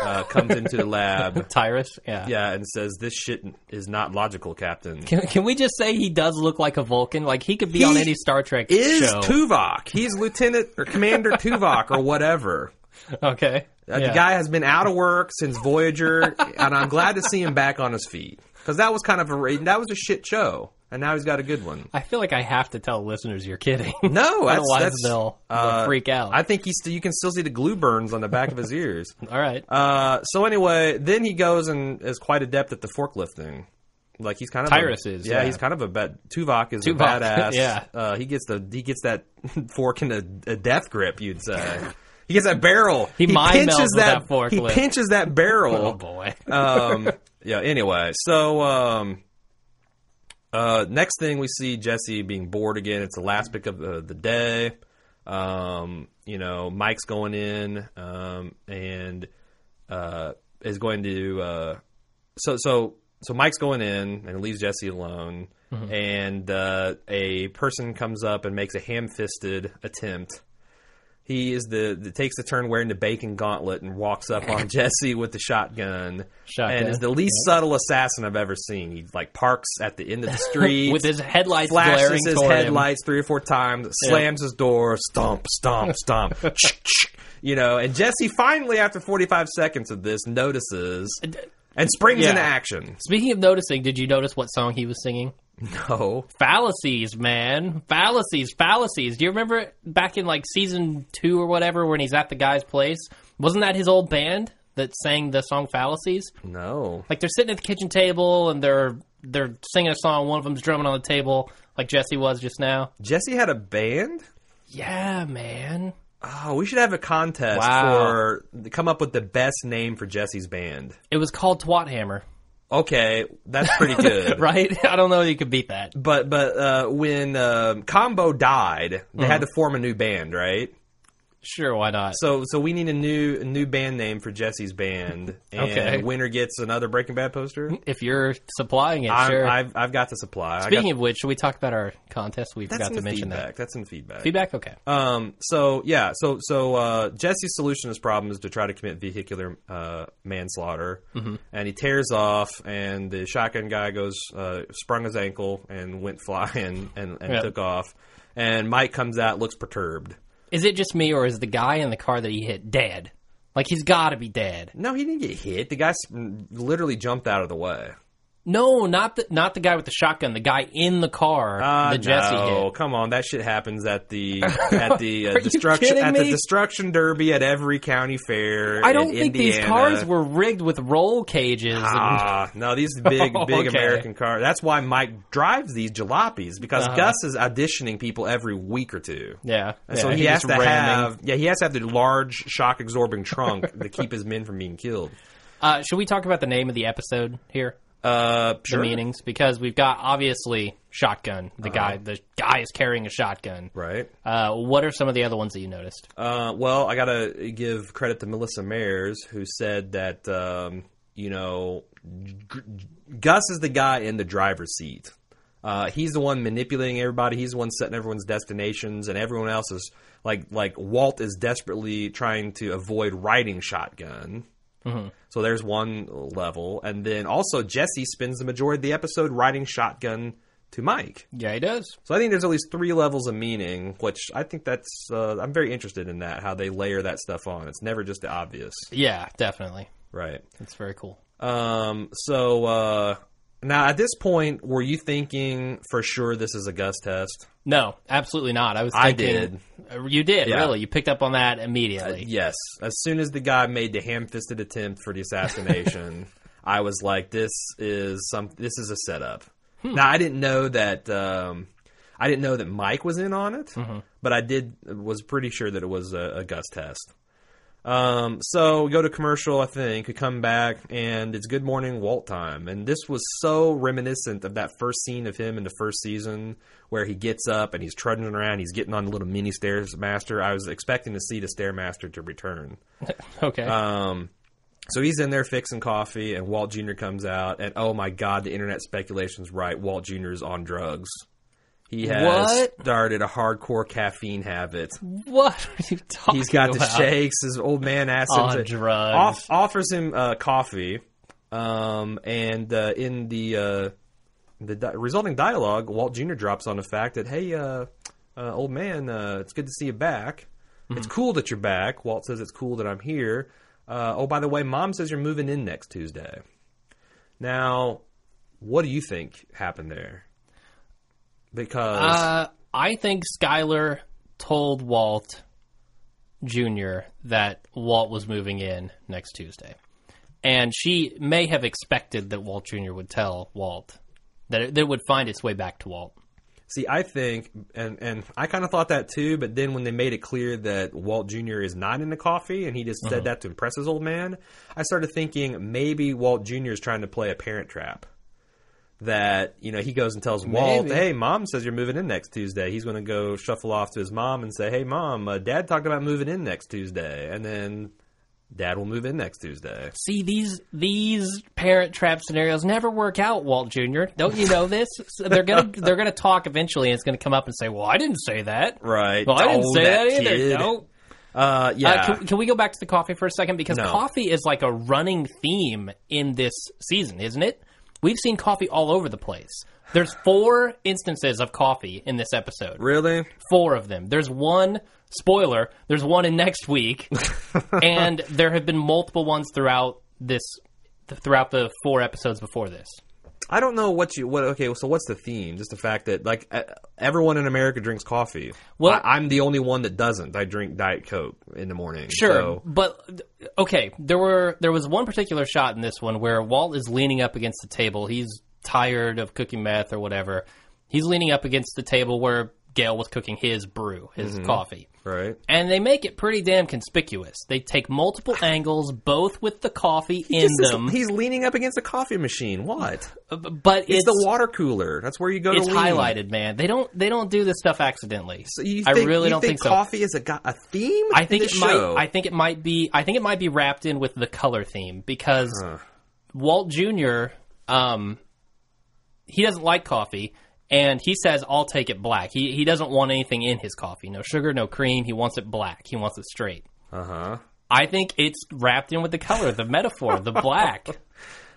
uh, comes into the lab.
Tyrus. Yeah.
Yeah, and says, "This shit is not logical, Captain."
Can, can we just say he does look like a Vulcan? Like he could be
He
on any Star Trek
Is
show.
Tuvok? He's Lieutenant or Commander Tuvok or whatever.
okay.
Uh, The
Yeah.
guy has been out of work since Voyager, and I'm glad to see him back on his feet because that was kind of a ra- that was a shit show, and now he's got a good one.
I feel like I have to tell listeners you're kidding.
No, that's,
Otherwise
that's
they'll, they'll
uh,
freak out.
I think he's still, you can still see the glue burns on the back of his ears.
All right.
Uh, so anyway, then he goes and is quite adept at the forklift thing. Like he's kind of
Tyrus
a,
is,
yeah,
yeah.
he's kind of a bad Tuvok is
Tuvok,
a badass.
yeah.
uh, he gets the he gets that fork in a, a death grip. You'd say he gets that barrel.
He mind melds
pinches
with
that,
that forklift.
He pinches that barrel.
oh boy.
um, yeah. Anyway, so um, uh, next thing we see Jesse being bored again. It's the last pick of the, the day. Um, you know, Mike's going in um, and uh, is going to uh, so so so Mike's going in and leaves Jesse alone. And uh, a person comes up and makes a ham-fisted attempt. He is the, the takes the turn wearing the bacon gauntlet and walks up on Jesse with the shotgun,
Shotgun.
and is the least subtle assassin I've ever seen. He like parks at the end of the street
With his headlights glaring
flashes his
toward
headlights three or four times, slams his door, stomp, stomp, stomp, ch- ch- you know. And Jesse finally, after 45 seconds of this, notices and springs
Uh, Yeah.
into action.
him. Speaking of noticing, did you notice what song he was singing?
No,
Fallacies, man. Fallacies, fallacies. Do you remember back in like season two or whatever when he's at the guy's place? Wasn't that his old band that sang the song Fallacies?
no.
like they're sitting at the kitchen table and they're they're singing a song. One of them's drumming on the table, like Jesse was just now.
Jesse had a band.
Yeah, man.
Oh, we should have a contest
Wow.
for come up with the best name for Jesse's band.
It was called Twat Hammer.
okay, that's pretty good.
right? I don't know you could beat that.
But but uh, when um, Combo died, they
Mm-hmm.
had to form a new band, right?
Sure, why not?
So so we need a new a new band name for Jesse's band, and
Okay.
winner gets another Breaking Bad poster.
If you're supplying it,
I'm,
sure.
I've I've got the supply. I
Speaking
got,
of which, should we talk about our contest? We
that's
forgot
in
to
the
mention
feedback.
that.
That's in feedback.
Feedback? Okay.
Um. So yeah. So so uh, Jesse's solution to this problem is to try to commit vehicular uh, manslaughter,
Mm-hmm.
and he tears off, and the shotgun guy goes uh, sprung his ankle and went flying and, and
Yeah.
took off, and Mike comes out looks perturbed.
Is it just me, or is the guy in the car that he hit dead? Like, he's got to be dead.
No, he didn't get hit. The guy s- mm, literally jumped out of the way.
No, not the, not the guy with the shotgun, the guy in the car
Uh,
that Jesse
no,
hit.
come on, that shit happens at the at the uh,
you
destruction
kidding
at
me?
the destruction derby at every county fair.
I don't
in
think these
Indiana.
cars were rigged with roll cages. and-
Ah, no, these big,
Oh, okay.
big American cars. That's why Mike drives these jalopies because Gus is auditioning people every week or two.
Uh-huh. yeah,
And so
yeah,
he has
just
to
ramming.
have, yeah, he has to have the large shock absorbing trunk to keep his men from being killed.
Uh, should we talk about the name of the episode here?
Uh,
The
sure.
meanings, because we've got obviously shotgun. The guy,
Uh-huh.
the guy is carrying a shotgun.
Right.
Uh, what are some of the other ones that you noticed?
Uh, well, I gotta give credit to Melissa Mayers who said that, um, you know, G- Gus is the guy in the driver's seat. Uh, he's the one manipulating everybody. He's the one setting everyone's destinations, and everyone else is like like Walt is desperately trying to avoid riding shotgun. So there's one level, and then also Jesse spends the majority of the episode riding shotgun to Mike.
Yeah, he does.
So I think there's at least three levels of meaning, which I think that's uh, I'm very interested in that how they layer that stuff on. It's never just the obvious,
Yeah, definitely.
right?
It's very cool.
Um, so uh, now at this point, were you thinking for sure this is a Gus test?
No, absolutely not. I was.
I
Thinking, Uh, You did
Yeah. Uh,
really. You picked up on that immediately.
Yes. As soon as the guy made the ham-fisted attempt for the assassination, I was like, "This is some. This is a setup." Now I didn't know that. Um, I didn't know that Mike was in on it, but I did was pretty sure that it was a, a Gus test. Um, so we go to commercial, I think. We come back, and it's Good Morning Walt time. And this was so reminiscent of that first scene of him in the first season where he gets up and he's trudging around. He's getting on the little mini Stairmaster. I was expecting to see the Stairmaster to return.
Okay.
Um, so he's in there fixing coffee, and Walt Jr. comes out, and oh my God, the internet speculation's right. Walt Jr. is on drugs. He has
What?
started a hardcore caffeine habit.
what are you talking?
He's got the
about?
shakes. His old man asks him
On
to,
drugs.
off- offers him uh, coffee, um, and uh, in the uh, the di- resulting dialogue, Walt Jr. drops on the fact that hey, uh, uh, old man, uh, it's good to see you back.
Mm-hmm.
It's cool that you're back. Walt says it's cool that I'm here. Uh, oh, by the way, mom says you're moving in next Tuesday. Now, what do you think happened there? Because
Uh, I think Skyler told Walt Jr. that Walt was moving in next Tuesday. And she may have expected that Walt Jr. would tell Walt that it, that it would find its way back to Walt.
See, I think, and and I kind of thought that too, but then when they made it clear that Walt Jr. is not into coffee and he just
Uh-huh.
said that to impress his old man, I started thinking maybe Walt Jr. is trying to play a parent trap. That you know he goes and tells Walt,
Maybe.
"Hey, mom says you're moving in next Tuesday." He's going to go shuffle off to his mom and say, "Hey, mom, uh, dad talked about moving in next Tuesday," and then dad will move in next Tuesday.
See, these these parent trap scenarios never work out, Walt Jr. Don't you know this? So they're gonna they're gonna talk eventually, and it's gonna come up and say, "Well, I didn't say that.
Right?
Well, I didn't
Oh,
say that, either.
kid.
Nope.
Uh, yeah.
Uh, can, can we go back to the coffee for a second? Because
No.
coffee is like a running theme in this season, isn't it? We've seen coffee all over the place. There's four instances of coffee in this episode.
really?
Four of them. There's one spoiler. There's one in next week, and there have been multiple ones throughout this, throughout the four episodes before this.
I don't know what you what. Okay, so what's the theme? Just the fact that like uh, everyone in America drinks coffee.
Well-
I, I'm the only one that doesn't. I drink Diet Coke in the morning.
Sure,
so-
but okay. There were there was one particular shot in this one where Walt is leaning up against the table. He's tired of cooking meth
Mm-hmm.
or whatever. He's leaning up against the table where Gail was cooking his brew, his coffee.
Right.
and they make it pretty damn conspicuous. They take multiple angles, both with the coffee in
Just is-
them,
he's leaning up against a coffee machine. What?
but it's
It's, the water cooler. That's where you go
it's
to lean.
highlighted, man. They don't they don't do this stuff accidentally.
So you
I
think-
really
you
don't
think,
think, so.
coffee is a, go- a theme?
I think
in
it
this
might.
show?
I think it might be. I think it might be wrapped in with the color theme because Walt Jr. Um, he doesn't like coffee, and he says, "I'll take it black." He he doesn't want anything in his coffee. No sugar, no cream. He wants it black. He wants it straight.
Uh huh.
I think it's wrapped in with the color, the metaphor, the black.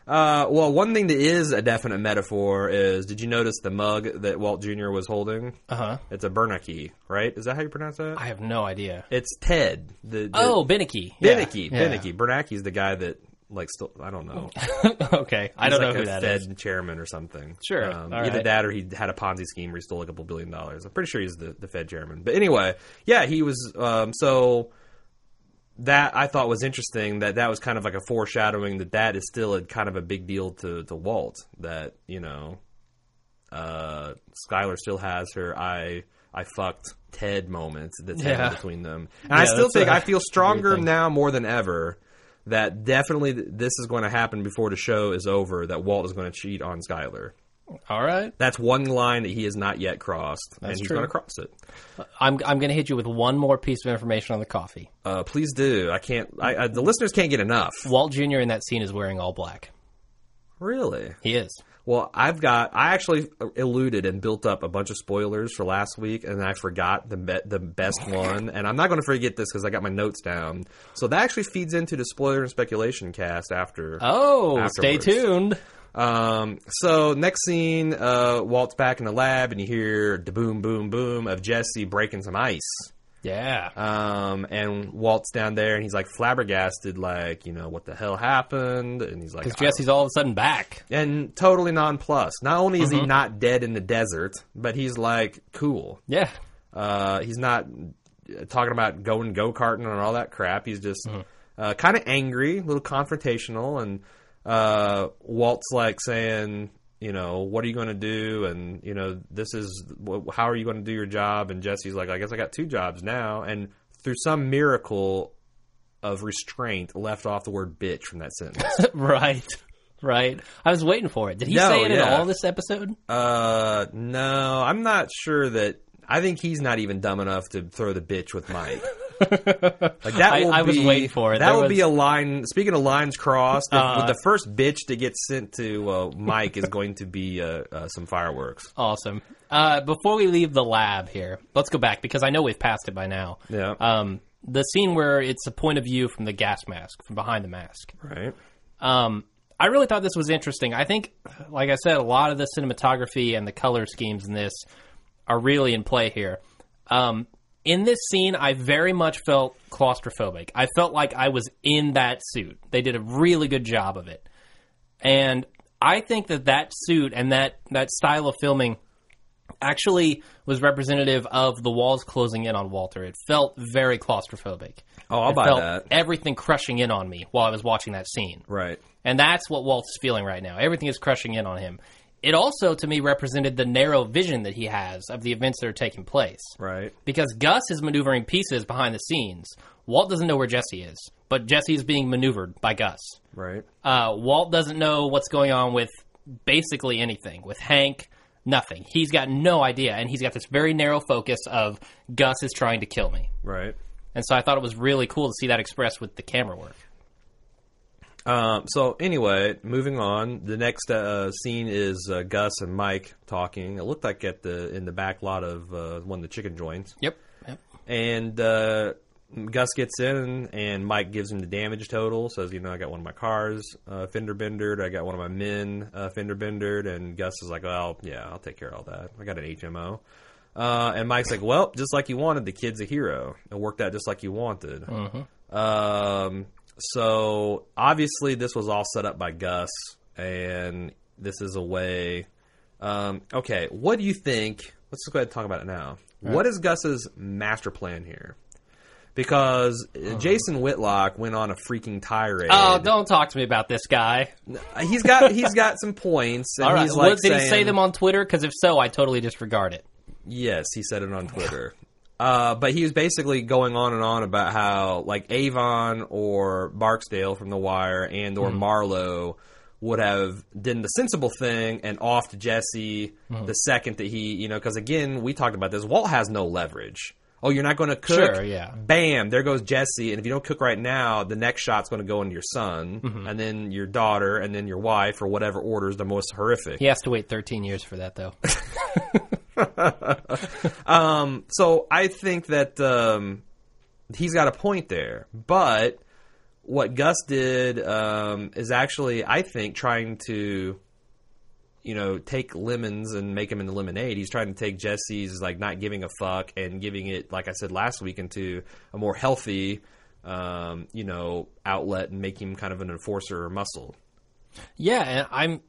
Uh, well, one thing that is a definite metaphor is did you notice the mug that Walt Jr. was holding?
Uh huh.
It's a Bernanke, right? Is that how you pronounce that?
I have no idea.
it's Ted. The, the
Oh, Binicky.
Beneke.
Yeah.
Beneke. Bernanke's the guy that like still I don't know.
okay, I
He's
don't know
like
who
a
that is.
Fed chairman or something.
Sure.
Um,
All
either
right.
that or he had a Ponzi scheme where he stole a couple billion dollars. I'm pretty sure he's the, the Fed chairman. But anyway, yeah, he was. Um, so that I thought was interesting that that was kind of like a foreshadowing that that is still a kind of a big deal to, to Walt that, you know, uh, Skylar still has her I I fucked Ted moment that's
Yeah.
happened between them. And I
Yeah,
still
that's
think
a
I feel stronger
weird thing.
now more than ever that definitely th- this is going to happen before the show is over that Walt is going to cheat on Skylar.
All right,
That's one line that he has not yet crossed, and he's
true.
going to cross it.
I'm I'm going to hit you with one more piece of information on the coffee.
Uh, please do. I can't. I, I, the listeners can't get enough.
Walt Jr. in that scene is wearing all black.
Really?
He is.
Well, I've got. I actually uh, eluded and built up a bunch of spoilers for last week, and I forgot the be- the best one. And I'm not going to forget this because I got my notes down. So that actually feeds into the spoiler and speculation cast after.
Oh,
Afterwards.
stay tuned.
Um, so next scene, uh, Walt's back in the lab, and you hear the boom, boom, boom of Jesse breaking some ice.
Yeah.
Um, and Walt's down there, and he's like flabbergasted, like you know what the hell happened, and he's like,
Because Jesse's all of a sudden back.
and totally nonplussed. Not only is he not dead in the desert, but he's like cool.
Yeah.
Uh, he's not uh, talking about going go karting and all that crap. He's just uh, kind of angry, a little confrontational, and uh, Walt's like saying, you know, what are you going to do? And you know, this is wh- how are you going to do your job? And Jesse's like, I guess I got two jobs now. And through some miracle of restraint, left off the word bitch from that sentence.
right. Right. I was waiting for it. Did he
No,
say it at
yeah.
all this episode?
Uh, no, I'm not sure that. I think he's not even dumb enough to throw the bitch with Mike. like that
I-
will
I was
be-
waiting for it.
That
There
would
was-
be a line. Speaking of lines crossed, if-
Uh,
the first bitch to get sent to uh, Mike is going to be uh, uh, some fireworks.
Awesome. Uh, before we leave the lab here, let's go back because I know we've passed it by now.
Yeah,
Um, the scene where it's a point of view from the gas mask, from behind the mask.
right.
Um, I really thought this was interesting. I think, like I said, a lot of the cinematography and the color schemes in this are really in play here. Um, in this scene, I very much felt claustrophobic. I felt like I was in that suit. They did a really good job of it, and I think that that suit and that that style of filming actually was representative of the walls closing in on Walter. It felt very claustrophobic.
Oh, I'll
It
buy
felt
that.
Everything crushing in on me while I was watching that scene.
Right.
And that's what Walt's feeling right now. Everything is crushing in on him. It also, to me, represented the narrow vision that he has of the events that are taking place.
Right.
Because Gus is maneuvering pieces behind the scenes. Walt doesn't know where Jesse is, but Jesse is being maneuvered by Gus.
Right.
Uh, Walt doesn't know what's going on with basically anything. With Hank, nothing. He's got no idea, and he's got this very narrow focus of Gus is trying to kill me.
Right.
And so I thought it was really cool to see that expressed with the camera work.
Um, so anyway, moving on. The next uh, scene is uh, Gus and Mike talking. It looked like at the in the back lot of uh, one of the chicken joints.
Yep. yep.
And uh, Gus gets in, and Mike gives him the damage total. Says, you know, I got one of my cars uh, fender bendered. I got one of my men uh, fender bendered. And Gus is like, well, yeah, I'll take care of all that. I got an HMO. Uh, and Mike's like, well, just like you wanted, the kid's a hero. It worked out just like you wanted. Um, so obviously, this was all set up by Gus, and this is a way. Um, okay, what do you think? Let's just go ahead and talk about it now. What is Gus's master plan here? Because uh, Jason Whitlock went on a freaking tirade. Uh,
Oh, don't talk to me about this guy.
he's got he's got some points. And
All right.
he's like
well, did he say
saying-
them on Twitter? Because if so, I totally disregard it.
Yes, he said it on Twitter. Uh, but he was basically going on and on about how like Avon or Barksdale from The Wire and
Mm-hmm.
or Marlowe would have done the sensible thing and offed Jesse
Mm-hmm.
the second that he you know because again we talked about this Walt has no leverage. Oh, you're not going to cook.
Sure, yeah.
Bam! There goes Jesse, and if you don't cook right now, the next shot's going to go into your son,
Mm-hmm.
and then your daughter, and then your wife, or whatever order is the most horrific.
He has to wait 13 years for that, though.
Um, so I think that um, he's got a point there, but what Gus did um, is actually, I think, trying to, you know, take lemons and make them into lemonade. He's trying to take Jesse's like not giving a fuck and giving it, like I said last week, into a more healthy, um, you know, outlet and make him kind of an enforcer or muscle.
yeah, and I'm.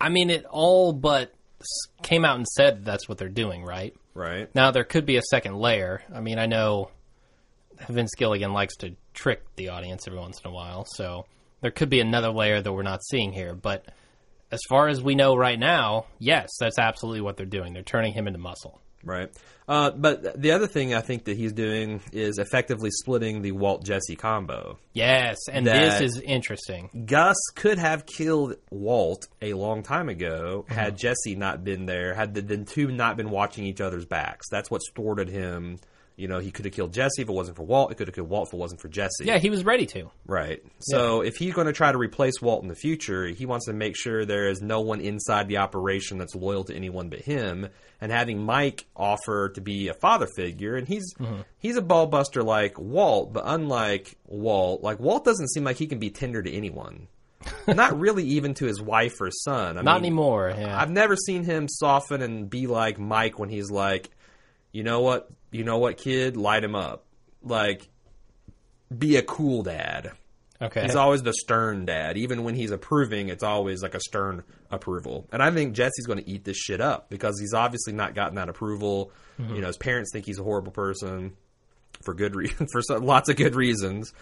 I mean, it all but s- came out and said that's what they're doing, right?
Right.
Now there could be a second layer. I mean, I know Vince Gilligan likes to trick the audience every once in a while, so there could be another layer that we're not seeing here. But as far as we know right now, yes, that's absolutely what they're doing. They're turning him into muscle.
Right. Uh, but the other thing I think that he's doing is effectively splitting the Walt Jesse combo.
Yes, and
That-
this is interesting.
Gus could have killed Walt a long time ago had Jesse not been there, had the, the two not been watching each other's backs. That's what thwarted him. You know, he could have killed Jesse if it wasn't for Walt. It could have killed Walt if it wasn't for Jesse.
Yeah, he was ready to.
Right. So if he's going to try to replace Walt in the future, he wants to make sure there is no one inside the operation that's loyal to anyone but him. And having Mike offer to be a father figure, and he's
Mm-hmm.
he's a ball buster like Walt, but unlike Walt, like Walt doesn't seem like he can be tender to anyone. Not really, even to his wife or son. I
Not
mean,
anymore. Yeah.
I've never seen him soften and be like Mike when he's like, you know what, you know what, kid, light him up, like, be a cool dad.
okay.
He's always the stern dad. Even when he's approving, it's always like a stern approval. And I think Jesse's going to eat this shit up because he's obviously not gotten that approval.
Mm-hmm.
You know, his parents think he's a horrible person for good re- for so, lots of good reasons.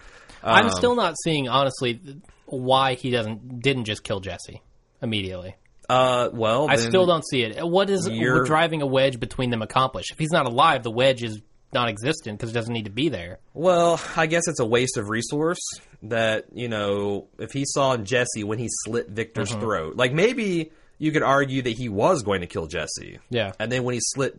um,
I'm still not seeing honestly th- why he doesn't didn't just kill Jesse immediately.
Uh, well,
I still don't see it. What is
you're-
driving a wedge between them accomplish? If he's not alive, the wedge is non-existent because it doesn't need to be there.
Well, I guess it's a waste of resource that, you know, if he saw Jesse when he slit Victor's
Mm-hmm.
throat, like maybe you could argue that he was going to kill Jesse.
Yeah.
And then when he slit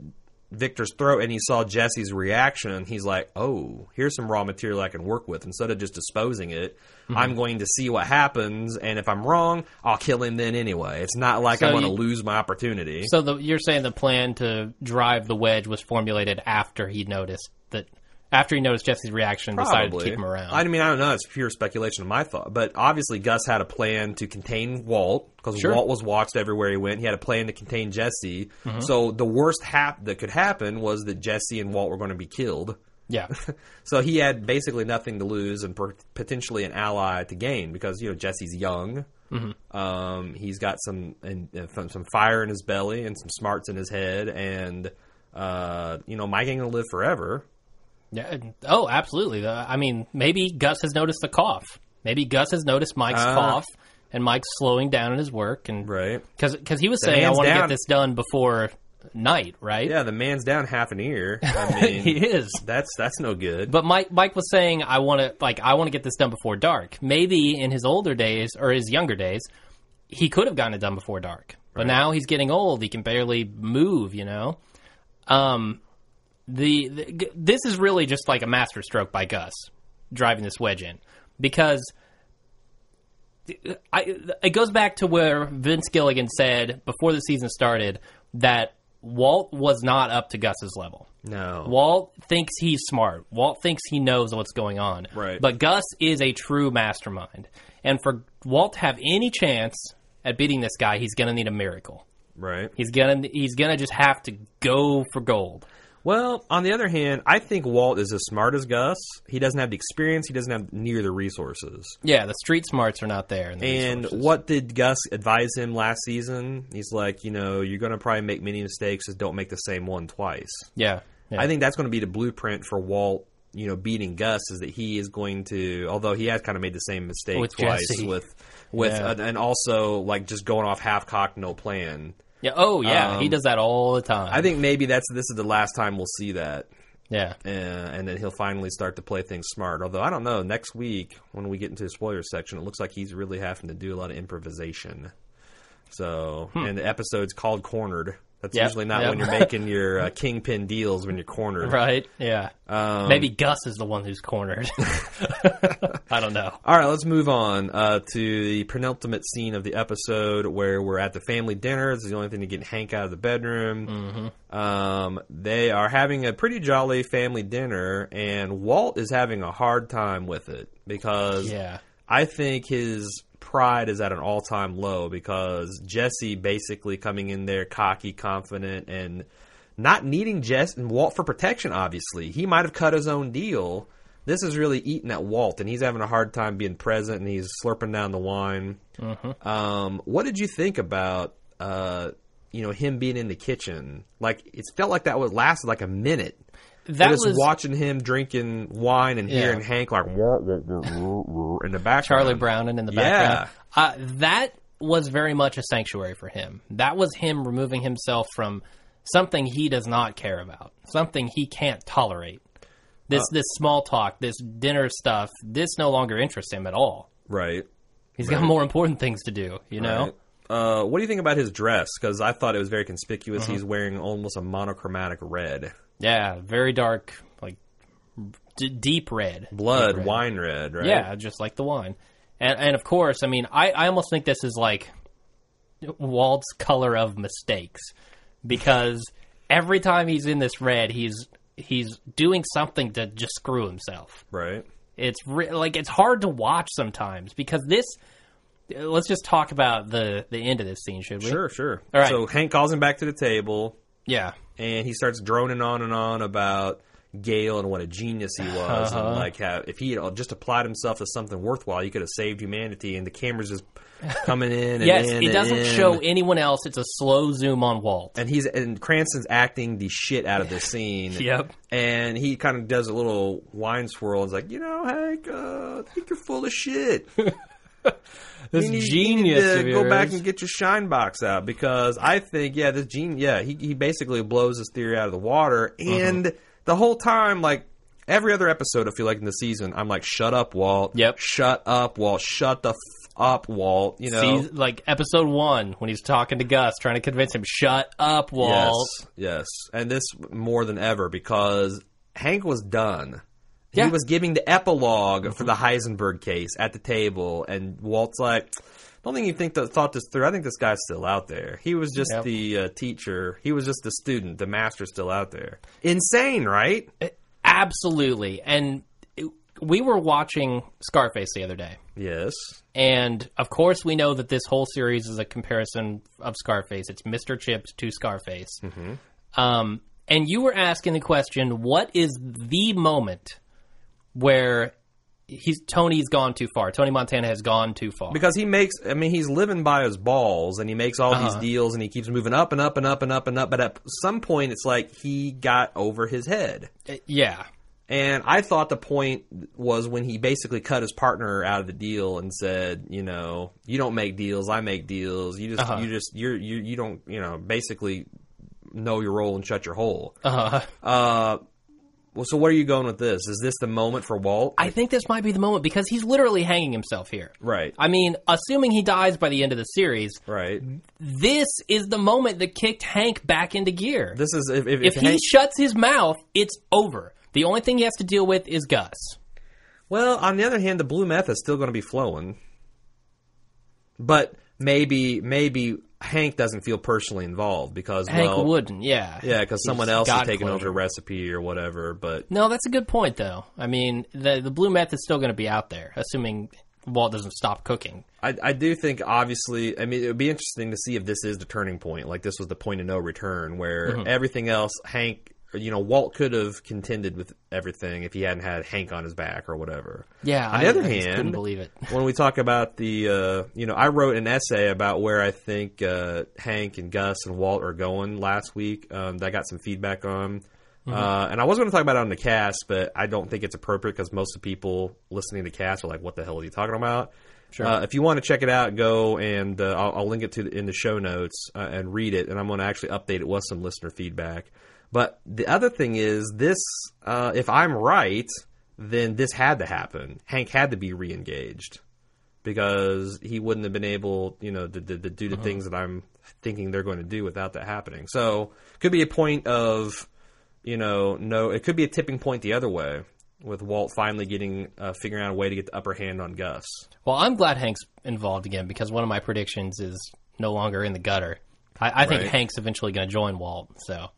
Victor's throat and he saw Jesse's reaction, he's like, oh, here's some raw material I can work with. Instead of just disposing it,
Mm-hmm.
I'm going to see what happens. And if I'm wrong, I'll kill him then anyway. It's not like
So
I'm going to
you-
lose my opportunity.
So the, you're saying the plan to drive the wedge was formulated after he noticed that after he noticed Jesse's reaction, and decided to keep him around.
I mean, I don't know. It's pure speculation of my thought. But obviously, Gus had a plan to contain Walt because
Sure.
Walt was watched everywhere he went. He had a plan to contain Jesse.
Mm-hmm.
So the worst hap that could happen was that Jesse and Walt were going to be killed.
yeah,
So he had basically nothing to lose and per- potentially an ally to gain because you know Jesse's young.
Mm-hmm.
Um, he's got some and, uh, some- some fire in his belly and some smarts in his head, and uh, you know Mike ain't gonna live forever.
yeah. and- Oh, absolutely. The- I mean, maybe Gus has noticed the cough. Maybe Gus has noticed Mike's
Ah.
cough, and Mike's slowing down in his work, and
Right.
because he was saying, "I
man's
want to get
down."
this done before night," right?
Yeah, the man's down half an ear. I mean,
he is.
That's that's no good.
But Mike Mike was saying I want to like I want to get this done before dark. Maybe in his older days or his younger days, he could have gotten it done before dark. But now he's getting old; he can barely move. You know, um, the, the g- this is really just like a master stroke by Gus driving this wedge in because I, it goes back to where Vince Gilligan said before the season started that Walt was not up to Gus's level.
no.
Walt thinks he's smart. Walt thinks he knows what's going on.
Right.
But Gus is a true mastermind. And for Walt to have any chance at beating this guy, he's going to need a miracle.
right.
He's going to he's going to just have to go for gold.
Well, on the other hand, I think Walt is as smart as Gus. He doesn't have the experience. He doesn't have near the resources.
Yeah, the street smarts are not there. in the
And
resources.
what did Gus advise him last season? He's like, you know, you're going to probably make many mistakes. Just don't make the same one twice.
Yeah. yeah.
I think that's going to be the blueprint for Walt. You know, beating Gus is that he is going to, although he has kind of made the same mistake
With
twice
Jesse.
with, with,
Yeah.
uh, and also like just going off half cocked, no plan.
yeah. Oh, yeah. he
um,
does that all the time.
I think maybe that's this is the last time we'll see that.
Yeah.
Uh, and then he'll finally start to play things smart. Although I don't know, next week when we get into the spoiler section, it looks like he's really having to do a lot of improvisation. So, and the episode's called "Cornered." That's
Hmm. Yep,
usually not
yep.
when you're making your uh, kingpin deals when you're cornered.
Right. Yeah.
Um,
Maybe Gus is the one who's cornered. I don't know.
All right, let's move on uh, to the penultimate scene of the episode where we're at the family dinner. This is the only thing to get Hank out of the bedroom.
Mm-hmm.
Um, they are having a pretty jolly family dinner, and Walt is having a hard time with it because
Yeah.
I think his pride is at an all time low because Jesse basically coming in there cocky, confident, and not needing Jess and Walt for protection, obviously. He might have cut his own deal. This is really eating at Walt, and he's having a hard time being present, and he's slurping down the wine.
Mm-hmm.
Um, what did you think about, uh, you know, him being in the kitchen? Like, it felt like that was lasted like a minute.
That
We're just
was
watching him drinking wine and
Yeah.
hearing Hank like "Wah, wah, wah, wah, wah," in the background.
Charlie Browning in the
Yeah.
background. Uh, that was very much a sanctuary for him. That was him removing himself from something he does not care about, something he can't tolerate. This
Uh.
this small talk, this dinner stuff, this no longer interests him at all.
Right.
He's got more important things to do, you know.
Right. Uh, what do you think about his dress? Because I thought it was very conspicuous.
Mm-hmm.
He's wearing almost a monochromatic red,
Yeah, very dark, like d- deep red.
blood wine red, right?
Yeah, just like the wine. And, and of course, I mean, I, I almost think this is like Walt's color of mistakes because every time he's in this red, he's he's doing something to just screw himself.
Right.
It's re- like it's hard to watch sometimes because this. Let's just talk about the the end of this scene, should we?
Sure. Sure.
All right.
So Hank calls him back to the table,
Yeah.
and he starts droning on and on about Gale and what a genius he was,
Uh-huh.
and like how if he had just applied himself to something worthwhile, he could have saved humanity. And the cameras just coming in. And
Yes,
in
it
and
doesn't
in.
show anyone else. It's a slow zoom on Walt.
and he's and Cranston's acting the shit out of this scene.
Yep.
And he kind of does a little wine swirl. and is like, you know, Hank, uh, I think you're full of shit.
This
You need- you need
genius
to
of
go back
yours.
and get your shine box out because I think, yeah, this gene, yeah, he he basically blows his theory out of the water.
Uh-huh.
And the whole time, like. Every other episode, I feel like in the season, I'm like, "Shut up, Walt!
Yep.
Shut up, Walt! Shut the f- up, Walt!" You know,
Seas- like episode one when he's talking to Gus, trying to convince him, "Shut up, Walt."
Yes, yes, and this more than ever because Hank was done.
Yeah. Mm-hmm.
He was giving the epilog for the Heisenberg case at the table, and Walt's like, "Don't think you think that thought this through. I think this guy's still out there. He was just
Yep.
the uh, teacher. He was just the student. The master's still out there. Insane, right?
Eh. Absolutely. And it- we were watching Scarface the other day,
yes,
and of course we know that this whole series is a comparison of Scarface. It's Mr. Chips to Scarface.
Mm-hmm.
Um, and you were asking the question, "What is the moment where he's Tony's gone too far? Tony Montana has gone too far."
because he makes. I mean, he's living by his balls, and he makes all
Uh-huh.
these deals, and he keeps moving up and up and up and up and up. But at some point, it's like he got over his head.
Uh, yeah.
And I thought the point was when he basically cut his partner out of the deal and said, you know, you don't make deals, I make deals. You just, you just, you're, you, you don't, you know, basically know your role and shut your hole. Uh-huh. well, so where are you going with this? Is this the moment for Walt?
I think this might be the moment because he's literally hanging himself here.
right,
I mean, assuming he dies by the end of the series,
right.
this is the moment that kicked Hank back into gear.
This is if if,
if he
Hank-
shuts his mouth, it's over. The only thing he has to deal with is Gus.
Well, on the other hand, the blue meth is still going to be flowing. But maybe, maybe Hank doesn't feel personally involved because
Hank
well,
wouldn't, yeah.
Yeah, because someone else
got
is taking over
closure.
the recipe or whatever. But
No, that's a good point, though. I mean, the the blue meth is still going to be out there, assuming Walt doesn't stop cooking.
I, I do think, obviously, I mean, it would be interesting to see if this is the turning point. Like this was the point of no return, where
Mm-hmm.
everything else, Hank, you know, Walt could have contended with everything if he hadn't had Hank on his back or whatever.
Yeah.
On
I-
the other
I just couldn't
hand,
believe it.
when we talk about the, uh, you know, I wrote an essay about where I think uh, Hank and Gus and Walt are going last week. Um, that I got some feedback on. Uh, and I was going to talk about it on the cast, but I don't think it's appropriate because most of the people listening to cast are like, "What the hell are you talking about?" Sure. Uh, if you want to check it out, go and uh, I'll, I'll link it to the, in the show notes uh, and read it. And I'm going to actually update it with some listener feedback. But the other thing is this: uh, if I'm right, then this had to happen. Hank had to be reengaged because he wouldn't have been able, you know, to, to, to do the things that I'm thinking they're going to do without that happening. So could be a point of, you know, no, it could be a tipping point the other way with Walt finally getting uh, figuring out a way to get the upper hand on Gus.
Well, I'm glad Hank's involved again because one of my predictions is no longer in the gutter. I, I think
Right.
Hank's eventually going to join Walt, so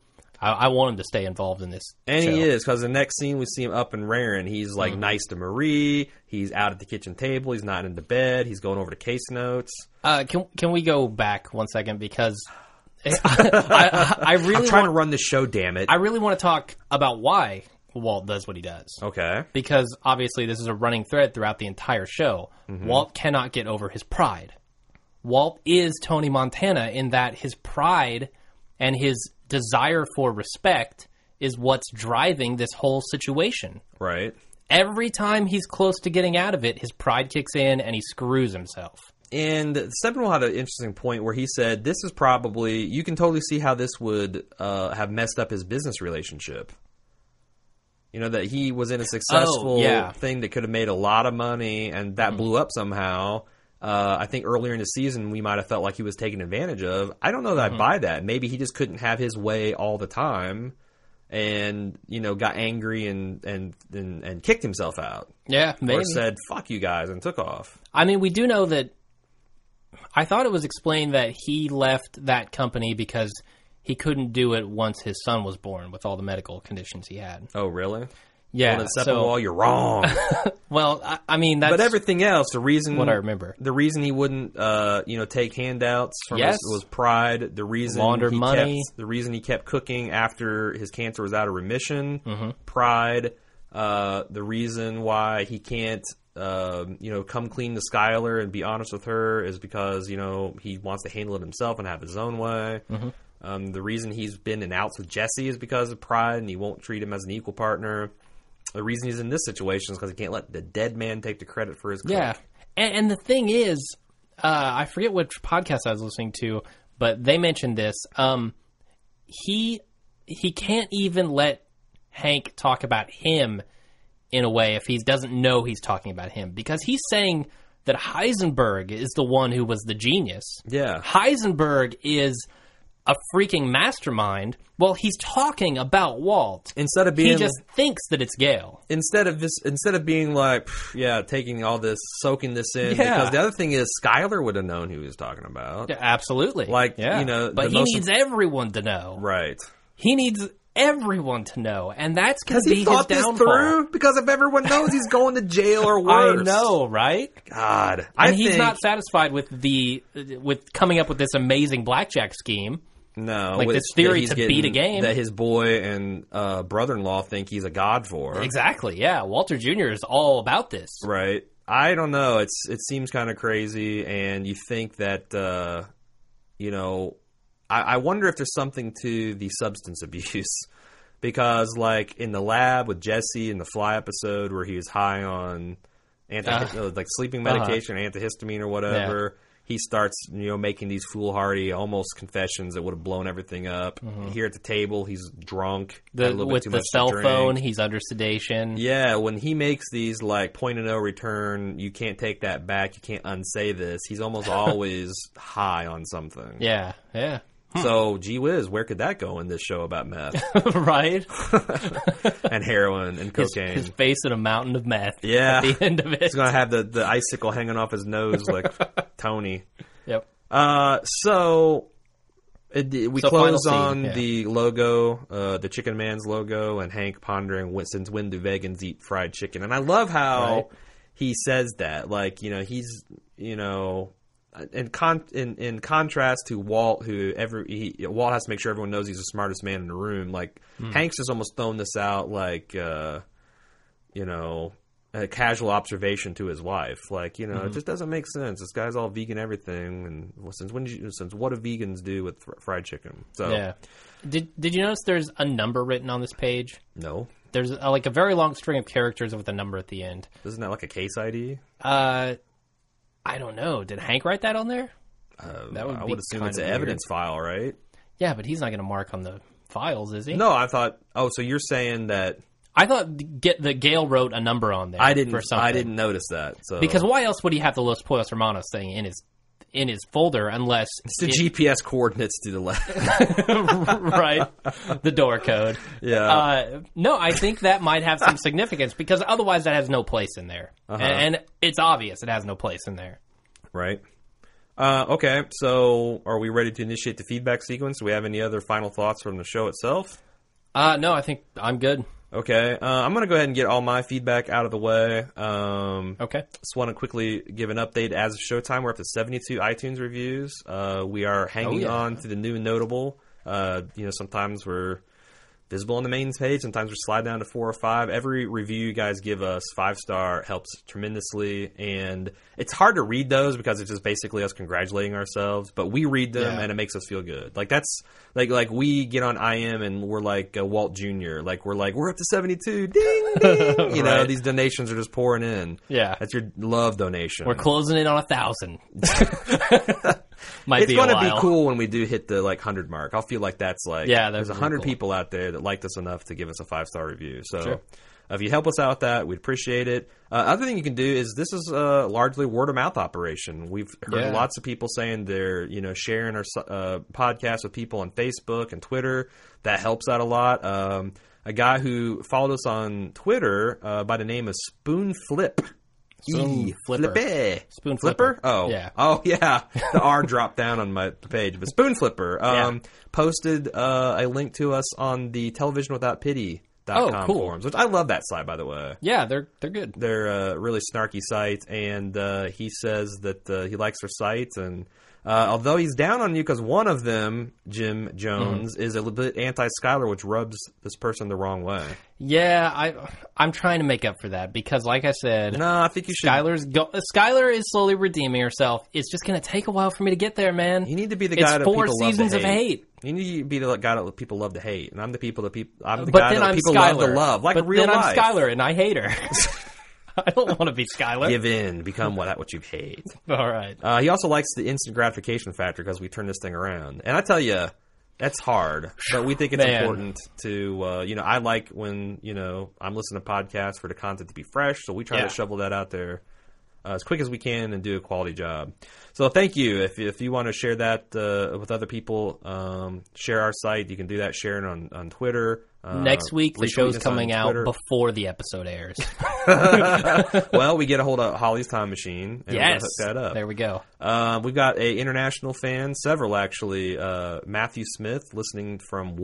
I, I want him to stay involved in this.
And
show.
he is because the next scene we see him up and raring. He's like nice to Marie. He's out at the kitchen table. He's not in the bed. He's going over the case notes.
Uh, can can we go back one second because I, I, I
I'm
really
trying
want,
to run the show. Damn it.
I really want to talk about why Walt does what he does
okay.
because obviously this is a running thread throughout the entire show. Walt cannot get over his pride. Walt is Tony Montana in that his pride and his desire for respect is what's driving this whole situation.
Right.
Every time he's close to getting out of it, his pride kicks in and he screws himself.
And Steppenwolf had an interesting point where he said, "This is probably you can totally see how this would uh, have messed up his business relationship. You know that he was in a successful
Oh, yeah. Mm-hmm.
thing that could have made a lot of money, and that blew up somehow. Uh, I think earlier in the season we might have felt like he was taken advantage of. I don't know
Mm-hmm.
that I buy that. Maybe he just couldn't have his way all the time." And you know, got angry and and and, and kicked himself out,
Yeah, maybe.
or said "fuck you guys" and took off.
I mean, we do know that. I thought it was explained that he left that company because he couldn't do it once his son was born with all the medical conditions he had.
Oh, really?
Yeah.
Well,
so,
then Steppenwall, you're wrong.
well, I, I mean, that's
but everything else, the reason
what I remember.
the reason he wouldn't, uh, you know, take handouts from
Yes.
us was pride. The reason
Launder
he
money.
kept, the reason he kept cooking after his cancer was out of remission,
Mm-hmm.
pride. Uh, the reason why he can't, um, you know, come clean to Skylar and be honest with her is because you know he wants to handle it himself and have his own way.
Mm-hmm.
Um, the reason he's been in outs with Jesse is because of pride, and he won't treat him as an equal partner. The reason he's in this situation is because he can't let the dead man take the credit for his. cook.
Yeah. And, and the thing is, uh, I forget which podcast I was listening to, but they mentioned this. Um, he he can't even let Hank talk about him in a way if he doesn't know he's talking about him because he's saying that Heisenberg is the one who was the genius.
Yeah.
Heisenberg is a freaking mastermind. Well, he's talking about Walt.
Instead of
He
being
just thinks that it's Gale.
instead of this, instead of being like, "Pff, yeah, taking all this, soaking this in,
Yeah.
because the other thing is, Skyler would have known who he was talking about,
Yeah, Absolutely.
Like, you know,
but
the
he
most-
needs everyone to know.
right?
He needs everyone to know, and that's going
Has
to be
he thought
his
this
downfall.
through? Because if everyone knows he's going to jail or
I
worse,
know, right?
God,
And
I
he's
think
not satisfied with the with coming up with this amazing blackjack scheme.
no,
like
with-
this theory
that he's
to beat a
getting-
game.
that his boy and uh, brother-in-law think he's a god for,
Exactly. Yeah, Walter Jr. is all about this.
right? I don't know. It's it seems kind of crazy, and you think that uh, you know, I, I wonder if there's something to the substance abuse because, like, in the lab with Jesse in the fly episode where he was high on anti
Uh-huh.
uh, like sleeping medication, antihistamine or whatever. He starts, you know, making these foolhardy, almost confessions that would have blown everything up. Here at the table, he's drunk, had a
Mm-hmm. The,
little bit
with
too
the
much to
cell
drink.
phone, he's under sedation.
Yeah, when he makes these like point of no return, you can't take that back, you can't unsay this. He's almost always high on something.
Yeah, yeah.
So, gee whiz, where could that go in this show about meth
right?
and heroin and
His,
cocaine?
his face in a mountain of meth.
Yeah.
At the end of it.
He's gonna have the, the icicle hanging off his nose like Tony.
Yep.
Uh, so it, it- we
So final
close
scene,
on
yeah.
the logo, uh, the Chicken Man's logo, and Hank pondering when, since when do vegans eat fried chicken? And I love how
Right.
he says that, like you know, he's you know. In, con- in in contrast to Walt, who every he, Walt has to make sure everyone knows he's the smartest man in the room. Like
Hmm.
Hank's just almost thrown this out, like uh, you know, a casual observation to his wife. Like, you know,
Mm-hmm.
it just doesn't make sense. This guy's all vegan everything, and well, since when? Did you, since what do vegans do with fr- fried chicken? So
Yeah. Did Did you notice there's a number written on this page?
no,
There's uh like a very long string of characters with a number at the end.
isn't that like a case ID?
Uh, I don't know. Did Hank write that on there?
Uh,
That would
I
be
would assume it's
kinda
an
weird.
evidence file, right?
Yeah, but he's not going to mark on the files, is he?
No, I thought. Oh, so you're saying that
I thought get the Gale wrote a number on there.
I didn't?
For something.
I didn't notice that. So
because why else would he have the Los Pollos Hermanos thing in his in his folder unless
it's the GPS coordinates to the left.
right the door code?
Yeah.
Uh, no, I think that might have some significance because otherwise that has no place in there,
Uh-huh.
and, and it's obvious it has no place in there.
right. Uh, okay, so are we ready to initiate the feedback sequence? Do we have any other final thoughts from the show itself?
Uh, no, I think I'm good.
Okay, uh, I'm going to go ahead and get all my feedback out of the way. Um,
Okay.
Just want to quickly give an update. As of Showtime, we're up to 72 iTunes reviews. Uh, we are hanging
Oh, yeah.
on to the new and notable. Uh, you know, sometimes we're visible on the main page. Sometimes we slide down to four or five. Every review you guys give us, five star, helps tremendously. And it's hard to read those because it's just basically us congratulating ourselves. But we read them
Yeah.
and it makes us feel good. Like that's like like we get on IM and we're like uh, Walt Junior. Like we're like we're up to seventy two. Ding ding. You know
Right.
these donations are just pouring in.
Yeah.
that's your love donation.
We're closing in on a thousand. Might
it's
be a
gonna
while.
be cool when we do hit the like hundred mark. I feel like that's like
Yeah, that'd
there's
be
a hundred
cool.
people out there that liked us enough to give us a five star review. So
Sure.
if you help us out with that, we'd appreciate it. Uh, other thing you can do is this is uh, largely word of mouth operation. We've heard
Yeah.
lots of people saying they're you know sharing our uh, podcast with people on Facebook and Twitter. That helps out a lot. Um, a guy who followed us on Twitter uh, by the name of Spoon Flip.
Spoon
Eee,
E, Flipper.
Flippy.
Spoon
Flipper?
Flipper.
Oh,
Yeah.
Oh, yeah. The R dropped down on my page. But Spoon Flipper um, posted uh, a link to us on the Television Without Pity.
Oh, cool.
forums, which I love that site by the way.
Yeah, they're they're good.
They're a really snarky site, and uh, he says that uh, he likes their site. And uh, although he's down on you because one of them,
Mm-hmm.
Jim Jones, is a little bit anti Skylar, which rubs this person the wrong way.
Yeah, I I'm trying to make up for that because, like I said,
No, uh, I think you should.
Skylar's go- Skylar is slowly redeeming herself. It's just gonna take a while for me to get there, man.
You need to be the
It's
guy that
four
people
seasons
love
of
to
hate.
You need to be the guy that people love to hate, and I'm the people that people. I'm the
but
guy
then
that
I'm
people
Skylar.
love to love, like
but
real
then
life.
I'm Skylar and I hate her. I don't want to be Skylar.
Give in, become what what you hate.
All right.
Uh, he also likes the instant gratification factor because we turn this thing around, and I tell you, that's hard. But we think it's
Man.
important to, uh, you know, I like when you know I'm listening to podcasts for the content to be fresh, so we try
Yeah.
to shovel that out there. uh, as quick as we can and do a quality job. So thank you. If, if you want to share that uh, with other people, um, share our site. You can do that sharing on, on Twitter. Uh,
Next week the
retweet
show's
us on
coming out
Twitter.
before the episode airs.
well, we get a hold of Holly's Time Machine
yes.
and we're gonna hook that up.
There we go.
Uh, we've got a international fan, several actually. Uh, Matthew Smith, listening from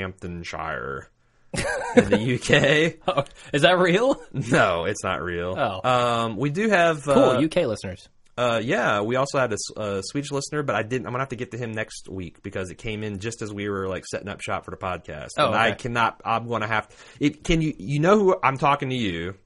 Wolverhamptonshire in the UK.
Oh, is that real?
No, it's not real.
Oh.
um, we do have
Cool,
uh,
UK listeners.
Uh, yeah, we also had a, S- a Swedish listener, but I didn't. I'm gonna have to get to him next week because it came in just as we were like setting up shop for the podcast.
Oh,
and I
okay.
cannot. I'm gonna have. It can you? You know who I'm talking to? You,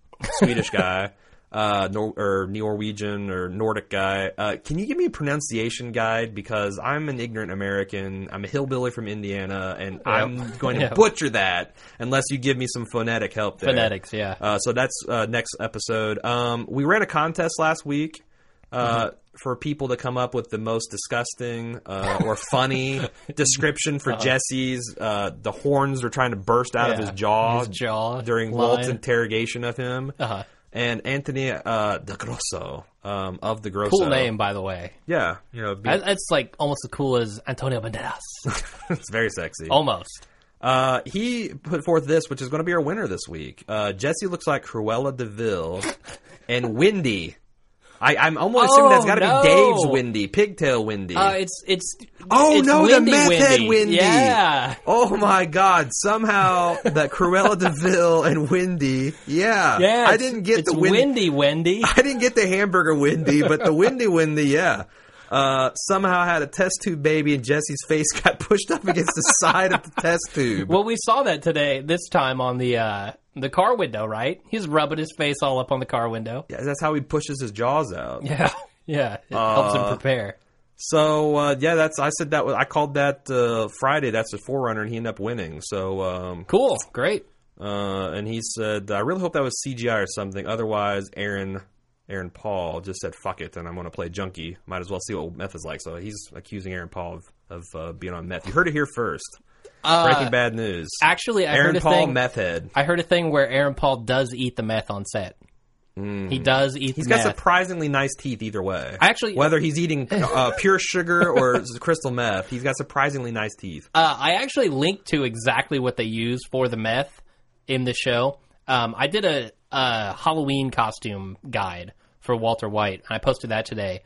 Swedish guy, uh, Nor- or Norwegian or Nordic guy. Uh, can you give me a pronunciation guide because I'm an ignorant American. I'm a hillbilly from Indiana, and I'm going to
Yep.
butcher that unless you give me some phonetic help. There.
Phonetics, yeah.
Uh, so that's uh, next episode. Um, we ran a contest last week uh,
Mm-hmm.
for people to come up with the most disgusting uh, or funny description for Jesse's. Uh, the horns were trying to burst out of
Uh-huh. Yeah.
his jaw,
His jaw
during
line.
Walt's interrogation of him.
Uh-huh.
And Anthony uh, De Grosso um, of the Grosso.
Cool name, by the way.
Yeah, you know, be-
That- That's like almost as cool as Antonio Banderas.
it's very sexy.
almost.
Uh, he put forth this, which is going to be our winner this week. Uh, Jesse looks like Cruella Deville and Wendy. I, I'm almost assuming that's
Oh,
got to
no.
be Dave's Wendy, pigtail Wendy.
Uh, it's it's.
oh
it's
no,
windy,
the meth
windy.
head Wendy.
Yeah.
Oh my God! Somehow that Cruella Deville and Wendy. Yeah.
Yeah,
I
it's-
didn't get
it's
the
windy,
Wendy.
Wendy.
I didn't get the hamburger Wendy, but the Wendy Wendy, yeah. Uh, somehow had a test tube baby, and Jesse's face got pushed up against the side of the test tube.
Well, we saw that today. This time on the uh, the car window, right? He's rubbing his face all up on the car window.
Yeah, that's how he pushes his jaws out.
Yeah, yeah. It
Uh,
helps him prepare.
So uh, yeah, that's I said that was- I called that uh, Friday. That's the forerunner, and he ended up winning. So um,
Cool, great.
uh, and he said, I really hope that was CGI or something. Otherwise, Aaron Aaron Paul just said fuck it, and I'm going to play junkie. Might as well see what meth is like. So he's accusing Aaron Paul of, of uh, being on meth. You heard it here first. Breaking bad news.
Actually, I heard
Aaron
a
Paul,
thing.
meth head.
I heard a thing where Aaron Paul does eat the meth on set. He does eat
Hmm. He's
the
got
meth.
surprisingly nice teeth either way.
I actually-
whether he's eating uh, pure sugar or crystal meth, he's got surprisingly nice teeth.
Uh, I actually linked to exactly what they use for the meth in the show. Um, I did a, a Halloween costume guide for Walter White, and I posted that today.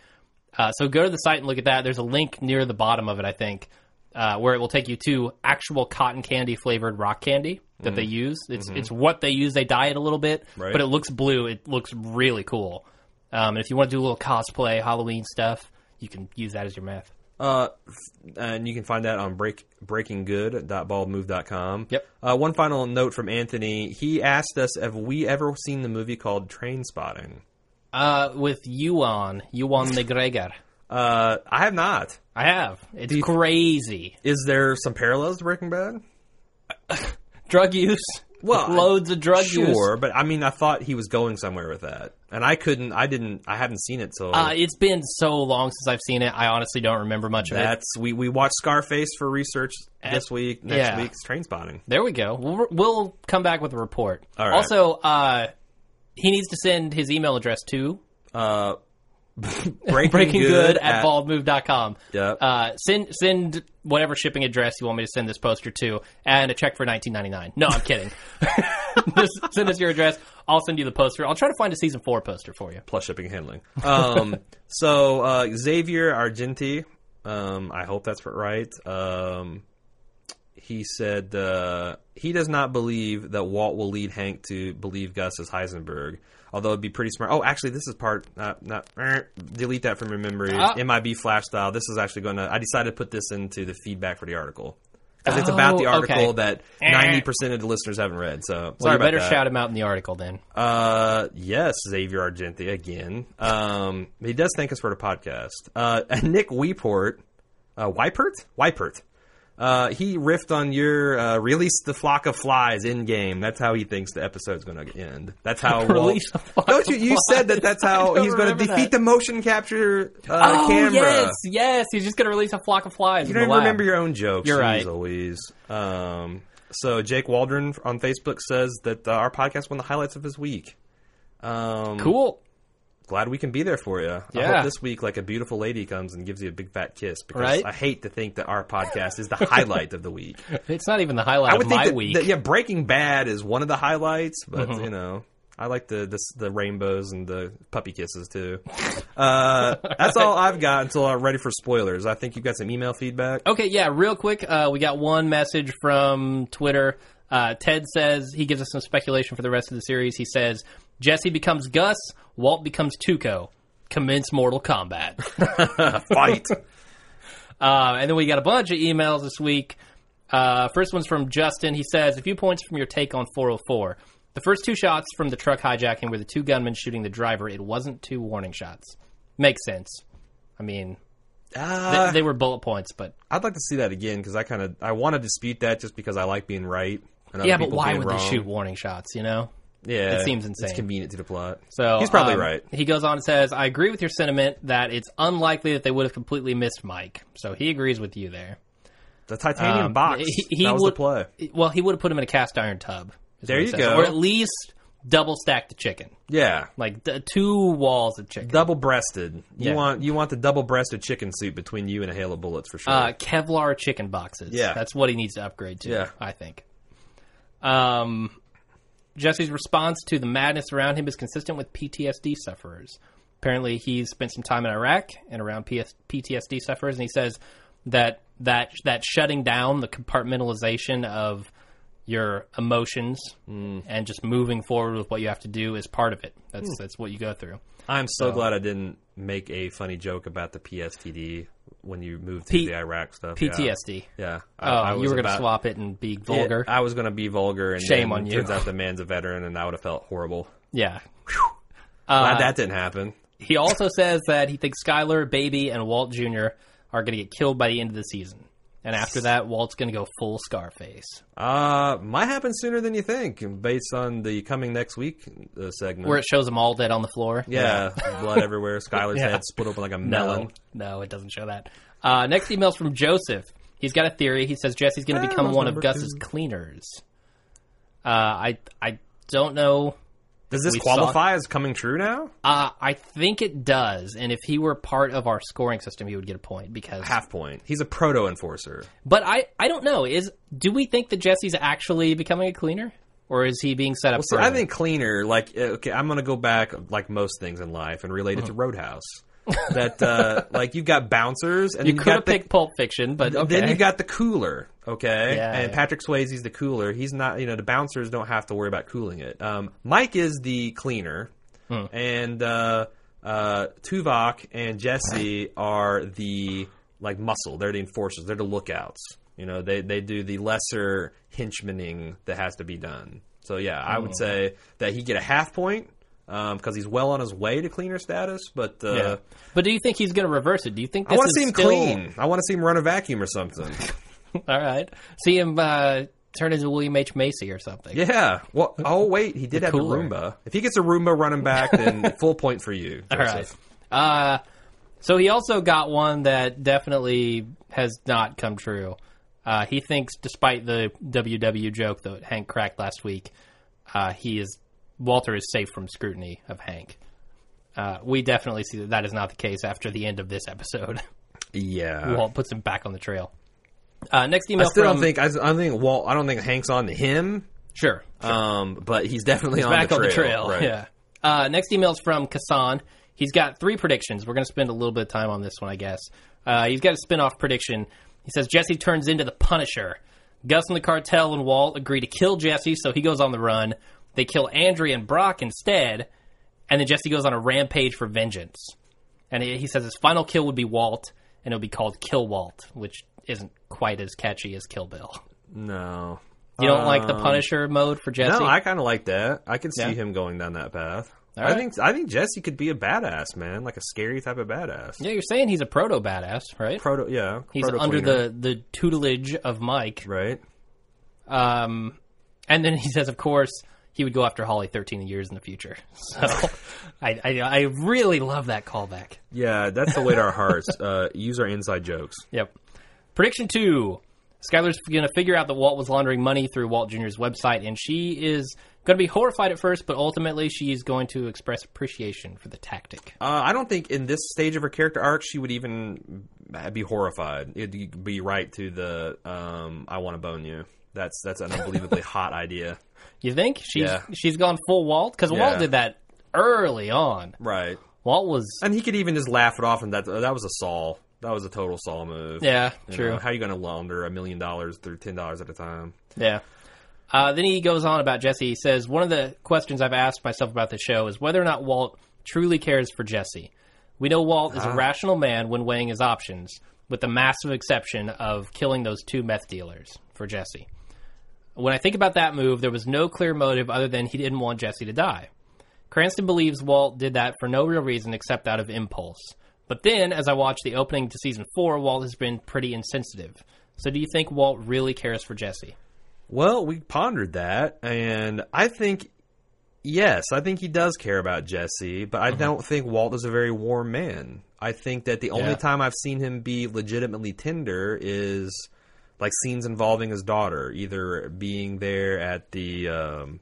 Uh, so go to the site and look at that. There's a link near the bottom of it, I think, uh, where it will take you to actual cotton candy flavored rock candy that they use. It's it's what they use. They dye it a little bit,
Right.
but it looks blue. It looks really cool. Um, and if you want to do a little cosplay Halloween stuff, you can use that as your meth.
Uh, f- and you can find that on break, breakinggood.baldmove.com.
Yep.
Uh, one final note from Anthony. He asked us have we ever seen the movie called Train Spotting.
Uh, with Yuan, Yuan McGregor.
Uh, I have not.
I have. It's crazy.
Is there some parallels to Breaking Bad?
Drug use.
Well,
loads of drug use.
Sure, but I mean, I thought he was going somewhere with that, and I couldn't. I didn't. I haven't seen it till
Uh, it's been so long since I've seen it. I honestly don't remember much of it.
that's we we watched Scarface for research this week. Next
yeah.
week's Train Spotting.
There we go. We'll, we'll come back with a report.
All right.
Also, uh, he needs to send his email address to
Uh, breaking,
breakinggood at baldmove.com.
Yep.
Uh, send send whatever shipping address you want me to send this poster to, and a check for nineteen ninety nine. No, I'm kidding. Just send us your address. I'll send you the poster. I'll try to find a season four poster for you.
plus shipping and handling. Um, so uh, Xavier Argenti, um, I hope that's right. Um, he said uh, he does not believe that Walt will lead Hank to believe Gus is Heisenberg. Although it'd be pretty smart. Oh, actually, this is part not not er, delete that from your memory.
Ah.
MIB flash style. This is actually going to. I decided to put this into the feedback for the article because it's about the
Oh, okay.
article that ninety percent of the listeners haven't read. So sorry
Well, you
about
better
that.
shout him out in the article then.
Uh, yes, Xavier Argenti again. Um, he does thank us for the podcast. Uh, and Nick Weeport, uh, Weipert, Weipert. Uh, he riffed on your uh, release the flock of flies in game. That's how he thinks the episode's going to end. That's how
Release the flock
Don't you?
of
You said that
flies.
that's how
I don't
he's going
remember
to defeat
that.
the motion capture uh, camera.
Oh, yes, yes. He's just going to release a flock of flies.
You
in
don't
the lab.
remember your own jokes.
You're
Jeez
right.
Louise. Um, so Jake Waldron on Facebook says that uh, our podcast won the highlights of his week. Um,
Cool.
Glad we can be there for you. I
Yeah.
hope this week, like a beautiful lady comes and gives you a big fat kiss because
Right?
I hate to think that our podcast is the highlight of the week.
It's not even the highlight
I would
of
think
my
that,
week. Mm-hmm.
that- yeah, Breaking Bad is one of the highlights, but you know, I like the, the the rainbows and the puppy kisses too. Uh, that's all I've got until I'm ready for spoilers. I think you've got some email feedback.
Okay, yeah, real quick, uh, we got one message from Twitter. Uh, Ted says he gives us some speculation for the rest of the series. He says Jesse becomes Gus, Walt becomes Tuco. Commence Mortal Kombat.
Fight.
Uh, and then we got a bunch of emails this week. Uh, first one's from Justin. He says, a few points from your take on 404. The first two shots from the truck hijacking were the two gunmen shooting the driver. It wasn't two warning shots. Makes sense. I mean, th-
Ah.
they were bullet points, but
I'd like to see that again because I kind of I want to dispute that just because I like being right. And other
yeah, but
people
why
being
would they
wrong.
shoot warning shots, you know?
Yeah,
It seems insane.
It's convenient to the plot.
So
he's probably
um,
right.
He goes on and says, I agree with your sentiment that it's unlikely that they would have completely missed Mike. So he agrees with you there.
The titanium
um,
box.
he- he
that was
would-
the play.
Well, he would have put him in a cast iron tub. is
There
what he
you
says.
go.
Or at least double stack the chicken.
Yeah,
Like d- two walls of chicken.
double breasted. You
Yeah.
want you want the double breasted chicken suit between you and a hail of bullets for sure.
uh, Kevlar chicken boxes.
Yeah.
That's what he needs to upgrade to,
Yeah.
I think. Um, Jesse's response to the madness around him is consistent with PTSD sufferers. Apparently, he spent some time in Iraq and around PS- PTSD sufferers, and he says that that that shutting down, the compartmentalization of your emotions,
Mm.
and just moving forward with what you have to do is part of it.
Hmm.
That's that's what you go through.
I'm so glad I didn't make a funny joke about the PSTD when you moved to
P-
the Iraq stuff. Yeah.
PTSD.
Yeah, I,
Oh,
I
you
was
were going to
about-
swap it and be
Yeah,
vulgar.
I was going to be vulgar, and
Shame
then
on you.
Turns out the man's a veteran, and I would have felt horrible.
yeah. Uh,
Glad that didn't happen.
He also says that he thinks Skyler, Baby, and Walt Jr. are going to get killed by the end of the season. And after that, Walt's going to go full Scarface.
Uh, might happen sooner than you think, based on the coming next week uh, segment.
Where it shows them all dead on the floor.
yeah, blood everywhere. Skylar's head split open like a melon.
No, no, it doesn't show that. Uh, next email's from Joseph. He He's got a theory. He says Jesse's going to
Ah, That
become
was
one of
number
Gus's
two.
cleaners. Uh, I I don't know.
Does this
We saw-
qualify as coming true now?
Uh, I think it does, and if he were part of our scoring system, he would get a point because.
Half point. He's a proto enforcer.
But I I don't know. Is do we think that Jesse's actually becoming a cleaner, or is he being set up?
See,
for
I think cleaner. Like, uh, okay, I'm gonna go back, like most things in life, and relate it to Roadhouse. that uh, like you've got bouncers, and
you
then
could have
got the-
picked Pulp Fiction, but okay.
Then you've got the cooler, okay?
Yeah,
and
yeah.
Patrick Swayze's the cooler. He's not, you know, the bouncers don't have to worry about cooling it. Um, Mike is the cleaner,
Hmm.
and uh, uh, Tuvok and Jesse are the like muscle. They're the enforcers. They're the lookouts. You know, they they do the lesser henchmaning that has to be done. So yeah, I would
Hmm.
say that he get a half point because he's well on his way to cleaner status, but. Uh,
Yeah. But do you think he's going to reverse it? Do you think
I
this
want
is
to see him
still-
clean. I want to see him run a vacuum or something.
All right, see him uh, turn into William H Macy or something.
Yeah. Well, oh wait, he did have
cooler.
the Roomba. If he gets a Roomba running back, then full point for you.
All right. Uh, so he also got one that definitely has not come true. Uh, he thinks, despite the WW joke that Hank cracked last week, uh, he is Walter is safe from scrutiny of Hank. Uh, we definitely see that that is not the case after the end of this episode.
Yeah.
Walt puts him back on the trail. Uh, next
I
email
still
from
don't think I, don't think Walt. I don't think Hank's on to him.
sure
Um, but he's definitely on,
back
the
on
trail,
the trail.
Right.
Yeah. Uh, next email's from Kassan. He's got three predictions. We're going to spend a little bit of time on this one, I guess. Uh, he's got a spin-off prediction. He says Jesse turns into the Punisher. Gus and the cartel and Walt agree to kill Jesse, so he goes on the run. They kill Andrea and Brock instead, and then Jesse goes on a rampage for vengeance. And he, he says his final kill would be Walt, and it would be called Kill Walt, which isn't quite as catchy as Kill Bill.
No.
You don't like the
Um,
Punisher mode for Jesse?
No, I kind of like that. I can see
Yeah.
him going down that path.
All
I
right.
think I think Jesse could be a badass man, like a scary type of badass.
yeah, you're saying he's a proto badass, right?
Proto, yeah.
He's under the, the tutelage of Mike.
right.
Um, and then he says, of course, he would go after Holly 13 years in the future. So I, I, I really love that callback.
Yeah, that's the way to our hearts. Uh, use our inside jokes.
Yep. Prediction two Skylar's going to figure out that Walt was laundering money through Walt Jr.'s website, and she is going to be horrified at first, but ultimately she is going to express appreciation for the tactic.
Uh, I don't think in this stage of her character arc she would even be horrified. It'd be right to the um, "I want to bone you." That's that's an unbelievably hot idea,
You think? She's,
Yeah.
she's gone full Walt? Because Walt
Yeah.
did that early on.
right?
Walt was.
And he could even just laugh it off, and that that was a Saul. That was a total Saul move.
Yeah,
You
true.
know, how you going to launder a million dollars through ten dollars at a time?
Yeah. Uh, then he goes on about Jesse. He says, One of the questions I've asked myself about the show is whether or not Walt truly cares for Jesse. We know Walt is a rational man when weighing his options, with the massive exception of killing those two meth dealers for Jesse. When I think about that move, there was no clear motive other than he didn't want Jesse to die. Cranston believes Walt did that for no real reason except out of impulse. But then, as I watch the opening to season four, Walt has been pretty insensitive. So, do you think Walt really cares for Jesse?
Well, we pondered that, and I think yes, I think he does care about Jesse, but I don't think Walt is a very warm man. I think that the
Yeah.
only time I've seen him be legitimately tender is like scenes involving his daughter, either being there at the um,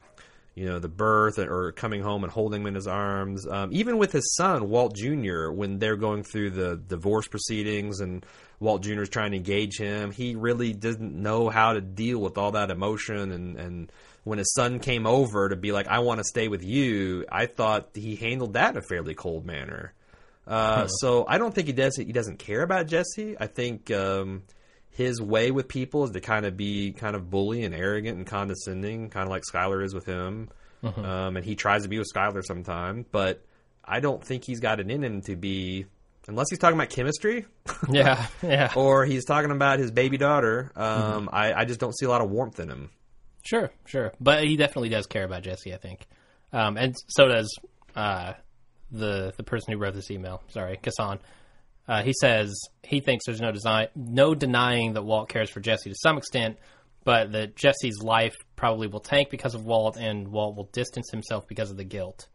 you know the birth or coming home and holding him in his arms. Um, even with his son Walt Jr. when they're going through the divorce proceedings and Walt Jr. is trying to engage him, he really didn't know how to deal with all that emotion and and when his son came over to be like, I want to stay with you, I thought he handled that in a fairly cold manner. Uh, so I don't think he does. He doesn't care about Jesse. I think um, his way with people is to kind of be kind of bully and arrogant and condescending, kind of like Skylar is with him. Um, and he tries to be with Skylar sometime, but I don't think he's got it in him to be, unless he's talking about chemistry
Yeah, yeah,
or he's talking about his baby daughter. Um, I, I just don't see a lot of warmth in him.
sure, sure. But he definitely does care about Jesse, I think, um, and so does uh, the the person who wrote this email. Sorry, Kassan. Uh, he says he thinks there's no design, no denying that Walt cares for Jesse to some extent, but that Jesse's life probably will tank because of Walt, and Walt will distance himself because of the guilt.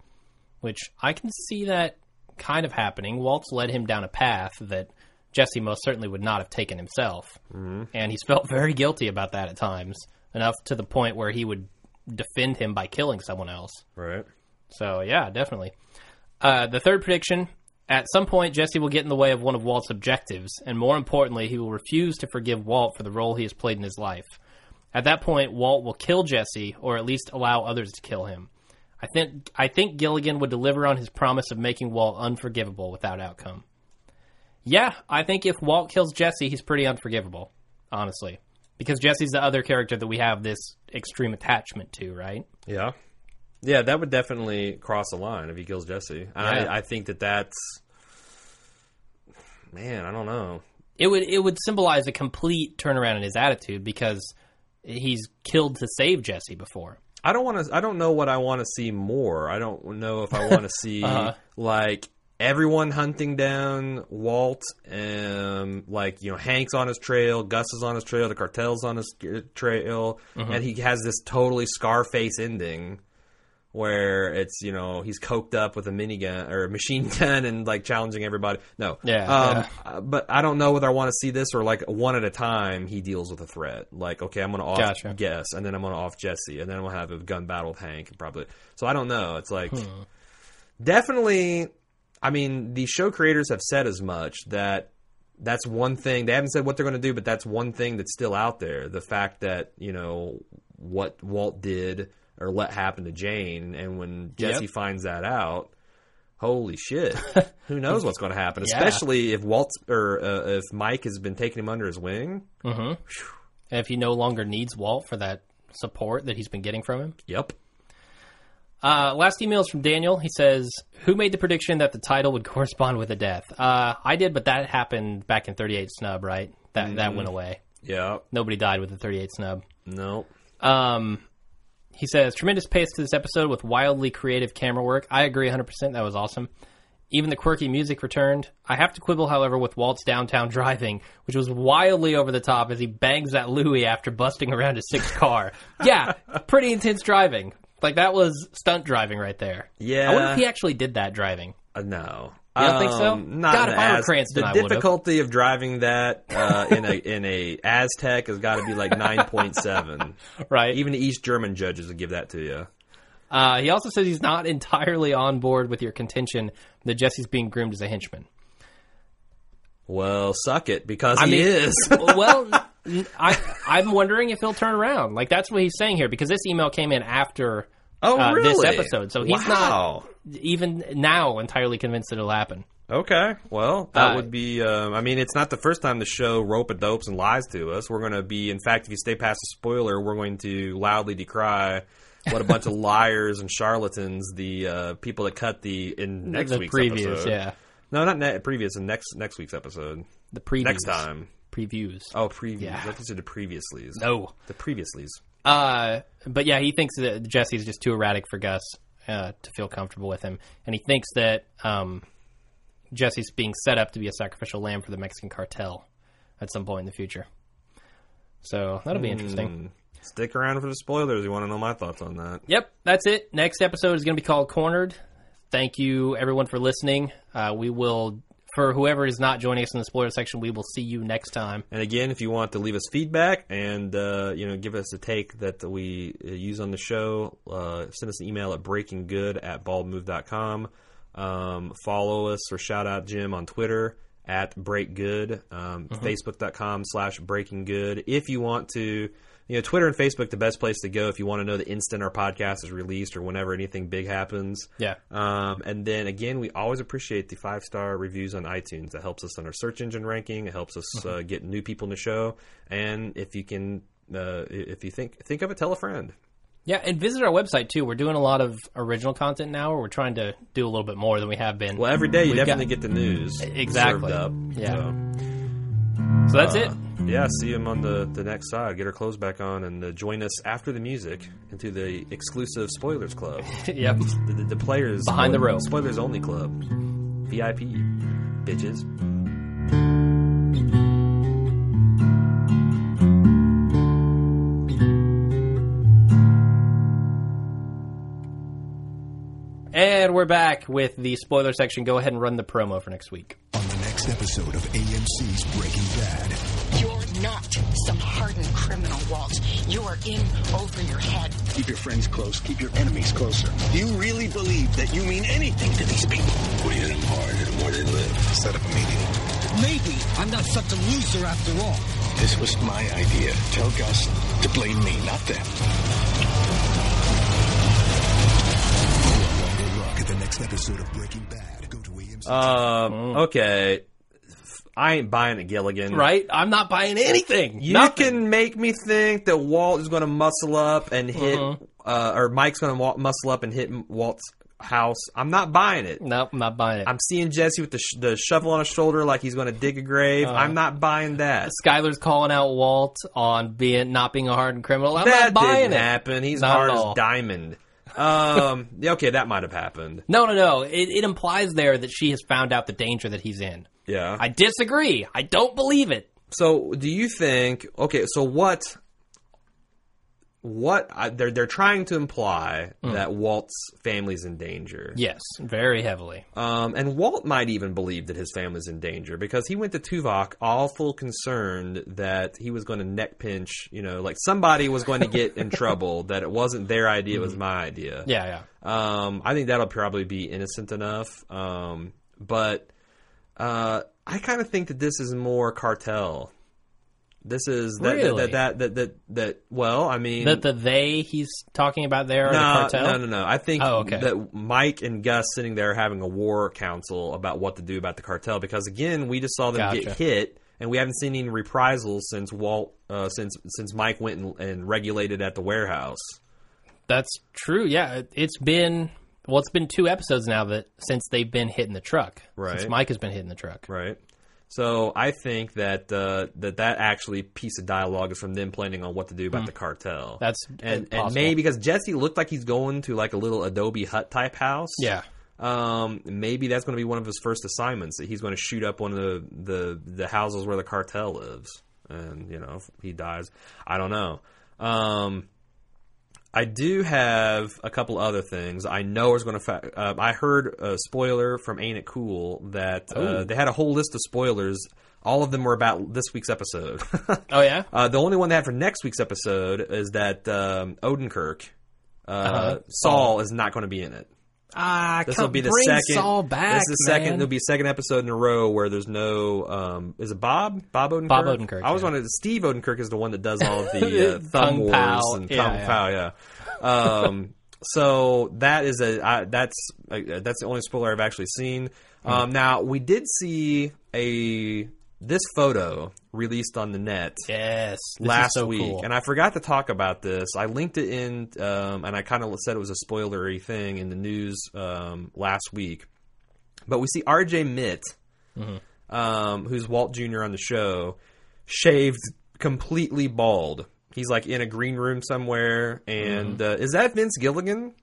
Which I can see that kind of happening. Walt's led him down a path that Jesse most certainly would not have taken himself. And he's felt very guilty about that at times, enough to the point where he would defend him by killing someone else.
Right.
So yeah, definitely. Uh, the third prediction: at some point, Jesse will get in the way of one of Walt's objectives, and more importantly, he will refuse to forgive Walt for the role he has played in his life. At that point, Walt will kill Jesse, or at least allow others to kill him. I think I think Gilligan would deliver on his promise of making Walt unforgivable without outcome. Yeah, I think if Walt kills Jesse, he's pretty unforgivable, honestly, because Jesse's the other character that we have this extreme attachment to, right?
Yeah. Yeah, that would definitely cross a line if he kills Jesse. And
Yeah.
I, I think that that's. Man, I don't know.
it would it would symbolize a complete turnaround in his attitude because he's killed to save Jesse before.
I don't want to. I don't know what I want to see more. I don't know if I want to see
Uh-huh.
like everyone hunting down Walt, um, like you know Hank's on his trail, Gus is on his trail, the cartel's on his uh, trail,
Mm-hmm.
and he has this totally Scarface ending where it's you know he's coked up with a minigun or a machine gun and like challenging everybody. No,
Yeah,
um,
yeah.
uh, But I don't know whether I want to see this or like one at a time. He deals with a threat. Like okay, I'm gonna off
Gotcha.
Guess, and then I'm gonna off Jesse, and then we'll have a gun battle with Hank and probably. So I don't know. It's like
Hmm.
definitely. I mean, the show creators have said as much that that's one thing they haven't said what they're going to do, but that's one thing that's still out there. The fact that you know what Walt did or let happen to Jane, and when Jesse
Yep.
finds that out, holy shit, who knows what's going to happen?
Yeah.
Especially if Walt or uh, if Mike has been taking him under his wing.
And if he no longer needs Walt for that support that he's been getting from him.
Yep.
Uh, last email is from Daniel. He says, "Who made the prediction that the title would correspond with a death? Uh, I did, but that happened back in 38 snub, right? That that went away.
Yep.
Nobody died with the 38 snub."
Nope.
Um, he says, tremendous pace to this episode with wildly creative camera work. I agree 100%. That was awesome. Even the quirky music returned. I have to quibble, however, with Walt's downtown driving, which was wildly over the top as he bangs that Louis after busting around his sixth car. yeah, pretty intense driving. Like, that was stunt driving right there.
Yeah.
I wonder if he actually did that driving.
Uh, no. Um,
You don't think so?
Not
God,
an
if I were
Az-
Cranston,
the
I would've.
difficulty of driving that uh, in a in a Aztec has got to be like nine point seven.
Right.
Even the East German judges would give that to you.
Uh, he also says he's not entirely on board with your contention that Jesse's being groomed as a henchman.
Well, suck it because he
mean-
is.
well, n- I, I'm wondering if he'll turn around. Like that's what he's saying here because this email came in after
Oh,
uh, this
really?
episode, so he's
Wow.
not even now entirely convinced that it'll happen.
Okay, well, that
Uh,
would be. Um, I mean, it's not the first time the show rope a dopes and lies to us. We're going to be, in fact, if you stay past the spoiler, we're going to loudly decry what a bunch of liars and charlatans the uh, people that cut the in next
the
week's
previews,
episode.
yeah,
No, not ne- previous. In next next week's episode,
the previews.
next time.
previews.
Oh, previews. I consider previously's.
No,
the previously's.
uh, but yeah, he thinks that Jesse's just too erratic for Gus uh, to feel comfortable with him, and he thinks that um, Jesse's being set up to be a sacrificial lamb for the Mexican cartel at some point in the future. So that'll
Hmm.
be interesting.
Stick around for the spoilers. You want to know my thoughts on that?
Yep, that's it. Next episode is going to be called Cornered. Thank you, everyone, for listening. Uh, we will, for whoever is not joining us in the spoiler section, we will see you next time.
And again, if you want to leave us feedback and uh, you know give us a take that we uh, use on the show, uh, send us an email at breakinggood at baldmove.com. Um, follow us or shout out Jim on Twitter at breakgood, um, facebook.com slash breakinggood. If you want to, you know, Twitter and Facebook, the best place to go if you want to know the instant our podcast is released or whenever anything big happens.
Yeah.
Um, and then again, we always appreciate the five star reviews on iTunes. That helps us on our search engine ranking. It helps us
Mm-hmm.
uh, get new people in the show. And if you can, uh, if you think think of it, tell a friend.
Yeah, and visit our website, too. We're doing a lot of original content now, or we're trying to do a little bit more than we have been.
Well, every day you
Mm-hmm. We've Mm-hmm.
definitely get the news
Exactly.
served up.
Yeah.
So, uh,
so that's it.
yeah. See them on the the next side. Get our clothes back on and uh, join us after the music into the exclusive spoilers club.
yep.
the, the, the players
Behind the rope.
spoilers only club. VIP bitches.
And we're back with the spoiler section. Go ahead and run the promo for next week.
on the next latest episode of AMC's Breaking Bad.
You're not some hardened criminal, Walt. You are in over your head.
Keep your friends close. Keep your enemies closer. Do you really believe that you mean anything to these people?
We hit them hard, and the more they live.
Set up a meeting.
Maybe I'm not such a loser after all.
This was my idea. Tell Gus to blame me, not them.
Good luck at the next episode of Breaking Bad. Go to AMC.
Um, okay. I ain't buying it, Gilligan.
Mm. Right? I'm not buying anything.
You
Nothing.
can make me think that Walt is going to muscle up and hit,
Mm-hmm.
uh, or Mike's going to muscle up and hit Walt's house. I'm not buying it.
Nope, I'm not buying it.
I'm seeing Jesse with the, sh- the shovel on his shoulder like he's going to dig a
Uh.
grave. I'm not buying that.
Skyler's calling out Walt on being not being a hardened criminal. I'm
that
not buying
didn't
it.
happen. He's
Not at
hard
all.
as diamond. Um, yeah, okay, that might have happened.
No, no, no. It, it implies there that she has found out the danger that he's in.
Yeah.
I disagree. I don't believe it.
So, do you think? Okay, so what? What I, they're they're trying to imply that Walt's family's in danger.
Yes, very heavily.
Um, and Walt might even believe that his family's in danger because he went to Tuvok awful concerned that he was going to neck pinch. You know, like somebody was going to get in trouble. That it wasn't their idea; it was my idea.
Yeah, yeah.
Um, I think that'll probably be innocent enough. Um, but uh, I kind of think that this is more cartel. This is that
Really?
that, that, that that that well, I mean,
That the they he's talking about there are
no,
the cartel.
no, no, no. I think
Oh, okay.
that Mike and Gus sitting there having a war council about what to do about the cartel because again, we just saw them
Gotcha.
get hit. And we haven't seen any reprisals since Walt, uh, since since Mike went and, and regulated at the warehouse.
That's true. Yeah, It- it's been well, it's been two episodes now that since they've been hitting the truck.
Right.
Since Mike has been hitting the truck.
Right. So I think that uh, that that actually piece of dialogue is from them planning on what to do about the cartel.
Hmm. That's
and, and
possible.
maybe because Jesse looked like he's going to like a little Adobe Hut type house.
Yeah.
Um, maybe that's going to be one of his first assignments that he's going to shoot up one of the, the the houses where the cartel lives, and you know if he dies, I don't know. Um, I do have a couple other things I know is going to. Fa- uh, I heard a spoiler from Ain't It Cool that uh, they had a whole list of spoilers. All of them were about this week's episode.
Oh yeah.
Uh, the only one they had for next week's episode is that um, Odenkirk, uh, Saul, is not going to be in it.
Ah,
This will be the second.
Saul back.
this is the second. There'll be a second episode in a row where there's no. Um, is it Bob? Bob Odenkirk.
Bob Odenkirk,
I was
yeah.
wanted Steve Odenkirk is the one that does all of the uh, thumb
Kung
wars
Pao,
and
yeah,
kung
yeah.
pao. Yeah. Um, so that is a I, that's uh that's the only spoiler I've actually seen.
Hmm.
Um, Now we did see a this photo released on the net
yes. This
last
is so
week,
cool.
and I forgot to talk about this. I linked it in, um, and I kind of said it was a spoilery thing in the news um, last week. But we see R.J. Mitt,
Mm-hmm.
um, who's Walt Jr. on the show, shaved completely bald. He's like in a green room somewhere, and
Mm-hmm.
uh, is that Vince Gilligan?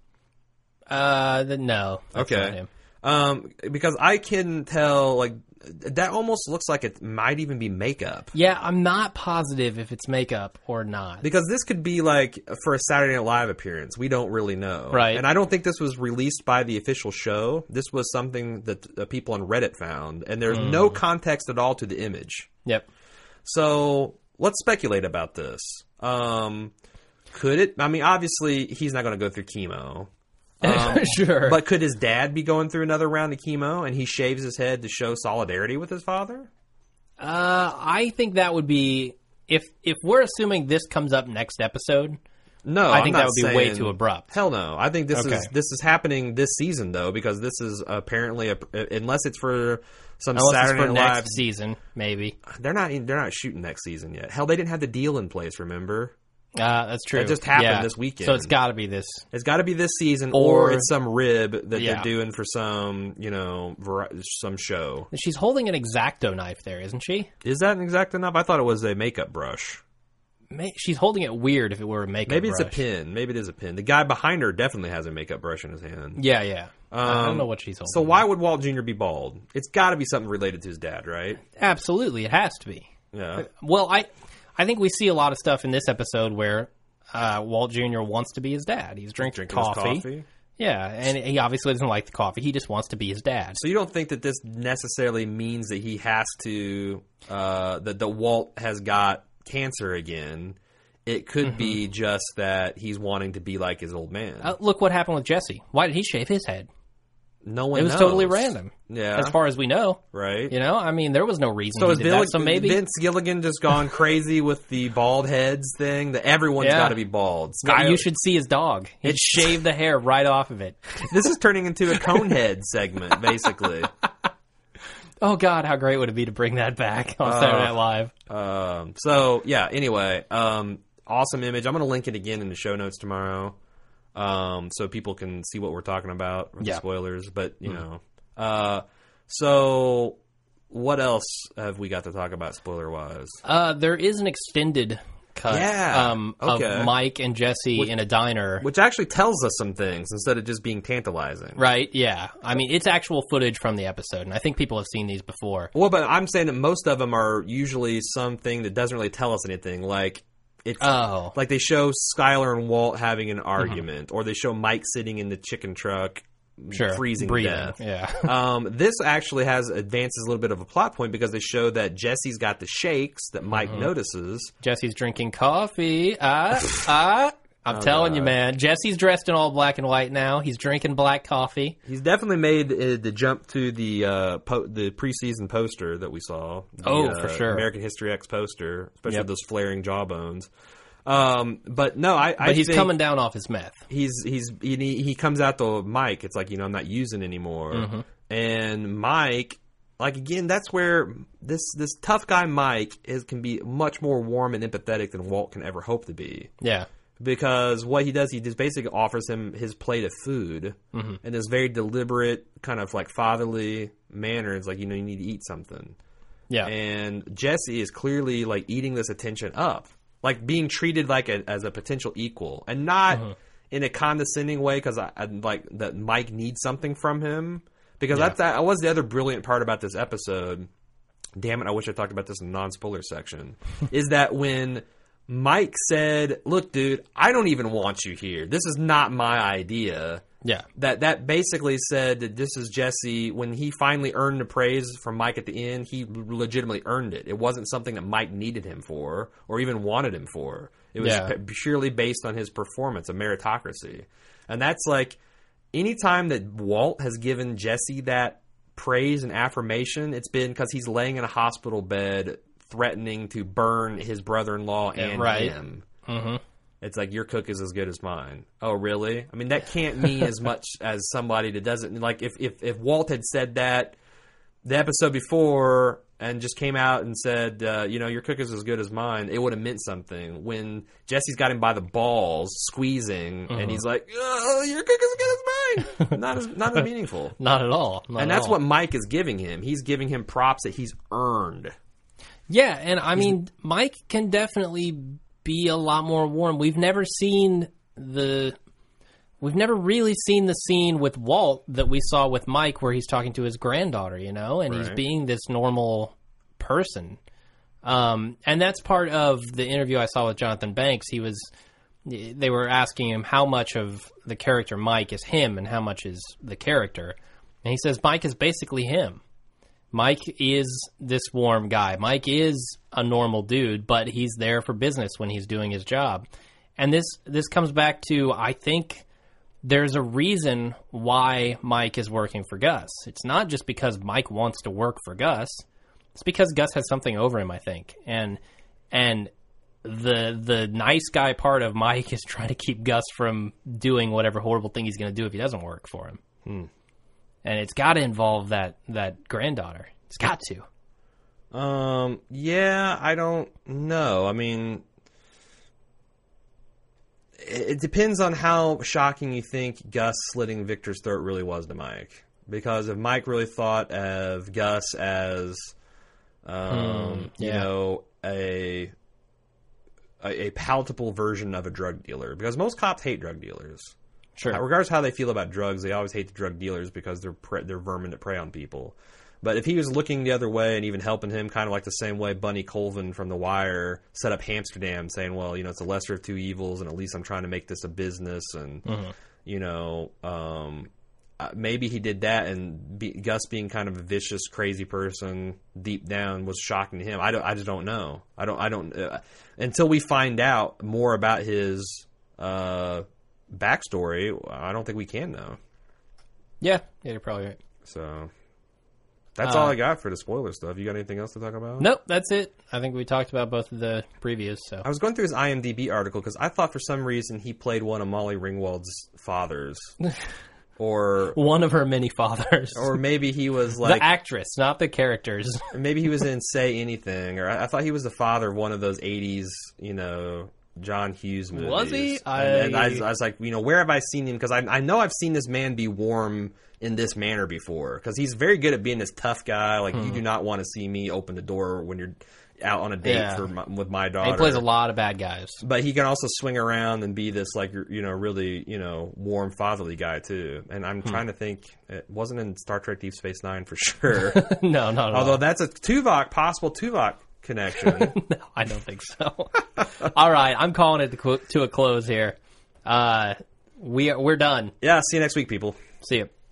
uh, the, no. that's
Okay.
not him.
Um, because I can tell, like that almost looks like it might even be makeup.
Yeah, I'm not positive if it's makeup or not.
because this could be like for a Saturday Night Live appearance. We don't really know,
Right.
And I don't think this was released by the official show. This was something that uh, people on Reddit found, and there's no context at all to the image.
yep.
So let's speculate about this. Um, could it? I mean, obviously he's not going to go through chemo.
Um, sure.
But could his dad be going through another round of chemo and he shaves his head to show solidarity with his father?
Uh, I think that would be if if we're assuming this comes up next episode.
No,
I
I'm
think
not
that would be way
saying-
too abrupt.
Hell no. I think this
Okay.
is this is happening this season though because this is apparently a, unless it's for some
Unless
Saturday
it's for
Night
next
Live.
season, maybe. Uh,
They're not in- they're not shooting next season yet. Hell, they didn't have the deal in place. Remember,
Uh, that's true.
It just happened
Yeah.
this weekend.
so it's got to be this.
it's got to be this season or,
Or-
it's some rib that
Yeah.
they're doing for some you know vari- some show.
She's holding an exacto knife there, isn't she?
Is that exact enough? I thought it was a makeup brush.
Ma- She's holding it weird. If it were a makeup,
Maybe it's a
brush.
pin. Maybe it is a pin. The guy behind her definitely has a makeup brush in his hand.
Yeah, yeah. I
Um,
don't know what she's holding.
So why would Walt Jr. be bald? It's got to be something related to his dad, right?
Absolutely, it has to be.
Yeah.
Well, I I think we see a lot of stuff in this episode where uh, Walt Jr. wants to be his dad. He's drinking,
Drinking his
coffee. Yeah, and he obviously doesn't like the coffee. He just wants to be his dad.
So you don't think that this necessarily means that he has to uh, that the Walt has got cancer again. It could
Mm-hmm.
be just that he's wanting to be like his old man.
Uh, look what happened with Jesse. Why did he shave his head?
no one.
It was
knows.
totally random.
Yeah.
as far as we know,
right?
You know, I mean, there was no reason.
So
he
is
did
Bill,
that, so maybe
Vince Gilligan just gone crazy with the bald heads thing? That everyone's
Yeah.
got to be bald.
Yeah,
Sky-
you should see his dog. It shaved the hair right off of it.
This is turning into a Conehead segment, basically.
Oh God, how great would it be to bring that back
Uh,
on Saturday Night Live?
Um, so yeah. Anyway, um, awesome image. I'm gonna link it again in the show notes tomorrow, um, so people can see what we're talking about. with the
Yeah. Mm-hmm.
Spoilers, but you know. Uh, so what else have we got to talk about spoiler wise?
Uh, there is an extended cut
Yeah,
um,
okay.
of Mike and Jesse in a diner.
Which actually tells us some things instead of just being tantalizing.
Right? Yeah. I mean, it's actual footage from the episode, and I think people have seen these before.
Well, but I'm saying that most of them are usually something that doesn't really tell us anything. Like it's
Oh.
like they show Skylar and Walt having
Mm-hmm.
an argument, or they show Mike sitting in the chicken truck,
Sure.
freezing to
breathing.
death.
Yeah.
um, this actually has advances a little bit of a plot point because they show that Jesse's got the shakes that Mike
Uh-huh.
notices.
Jesse's drinking coffee. Ah, ah. I'm telling you, man. Jesse's dressed in all black and white now. He's drinking black coffee.
He's definitely made uh, the jump to the uh, po- the preseason poster that we saw. The,
Oh,
uh,
for sure.
American History X poster, especially
Yep.
those flaring jawbones. Um, but no, I, I
But he's
think
coming down off his meth.
he's he's and he, he comes out to Mike. It's like you know I'm not using anymore. And Mike, like again, that's where this this tough guy Mike is can be much more warm and empathetic than Walt can ever hope to be.
Yeah.
Because what he does, he just basically offers him his plate of food in this very deliberate kind of like fatherly manner. It's like you know you need to eat something.
Yeah.
And Jesse is clearly like eating this attention up, like being treated like a, as a potential equal, and not in a condescending way because I, I like that Mike needs something from him. Because that's that was the other brilliant part about this episode. Damn it! I wish I talked about this in the non-spoiler section. is that when Mike said, "Look, dude, I don't even want you here. This is not my idea."
yeah.
that that basically said that this is Jesse when he finally earned the praise from Mike at the end. He legitimately earned it. It wasn't something that Mike needed him for or even wanted him for. It was
Yeah.
p- purely based on his performance, a meritocracy, and that's like any time that Walt has given Jesse that praise and affirmation, it's been because he's laying in a hospital bed, threatening to burn his brother-in-law and
right.
him. It's like your cook is as good as mine. Oh, really? I mean, that can't mean as much as somebody that doesn't like. If if if Walt had said that the episode before and just came out and said, uh, you know, your cook is as good as mine, it would have meant something. When Jesse's got him by the balls, squeezing,
Mm-hmm.
and he's like, oh, your cook is as good as mine. Not as not as meaningful.
Not at all. Not
And
at
that's
all.
what Mike is giving him. He's giving him props that he's earned.
Yeah, and I mean, Mike can definitely be a lot more warm. We've never seen the. We've never really seen the scene with Walt that we saw with Mike where he's talking to his granddaughter, you know, and he's being this normal person. Um, and that's part of the interview I saw with Jonathan Banks. He was. They were asking him how much of the character Mike is him and how much is the character. And he says, Mike is basically him. Mike is this warm guy. Mike is a normal dude, but he's there for business when he's doing his job. And this this comes back to I think there's a reason why Mike is working for Gus. It's not just because Mike wants to work for Gus. It's because Gus has something over him, I think. And and the the nice guy part of Mike is trying to keep Gus from doing whatever horrible thing he's going to do if he doesn't work for him and it's got to involve that that granddaughter. It's got to.
Um. Yeah, I don't know. I mean, it, it depends on how shocking you think Gus slitting Victor's throat really was to Mike. Because if Mike really thought of Gus as, um, you
yeah.
know, a, a a palatable version of a drug dealer, because most cops hate drug dealers. Uh,
Sure.
regardless of how they feel about drugs, they always hate the drug dealers because they're pre- they're vermin that prey on people. But if he was looking the other way and even helping him, kind of like the same way Bunny Colvin from The Wire set up Amsterdam, saying, "Well, you know, it's a lesser of two evils, and at least I'm trying to make this a business." And you know, um, uh, maybe he did that, and be, Gus being kind of a vicious, crazy person deep down was shocking to him. I don't, I just don't know. I don't, I don't uh, until we find out more about his uh, backstory. I don't think we can know.
Yeah, yeah, you're probably right.
So that's all I got for the spoiler stuff. You got anything else to talk about?
Nope, that's it. I think we talked about both of the previews. So
I was going through his IMDb article because I thought for some reason he played one of Molly Ringwald's fathers, or
one of her many fathers,
or maybe he was
the
like
actress, not the characters.
maybe he was in Say Anything, or I, I thought he was the father of one of those '80s, you know, John Hughes movies.
Was he?
And, and I,
I-
was, I was like, you know, where have I seen him? Because I, I know I've seen this man be warm in this manner before. Because he's very good at being this tough guy. Like
Hmm.
you do not want to see me open the door when you're out on a date
Yeah.
for my, with my daughter.
he plays a lot of bad guys.
But he can also swing around and be this like you know really you know warm fatherly guy too. And
Hmm.
I'm trying to think, it wasn't in Star Trek Deep Space Nine for sure.
no, not at all.
Although that's a Tuvok possible Tuvok connection.
I don't think so. All right, I'm calling it to, clo- to a close here. Uh, we are, we're done.
yeah, see you next week, people.
See you.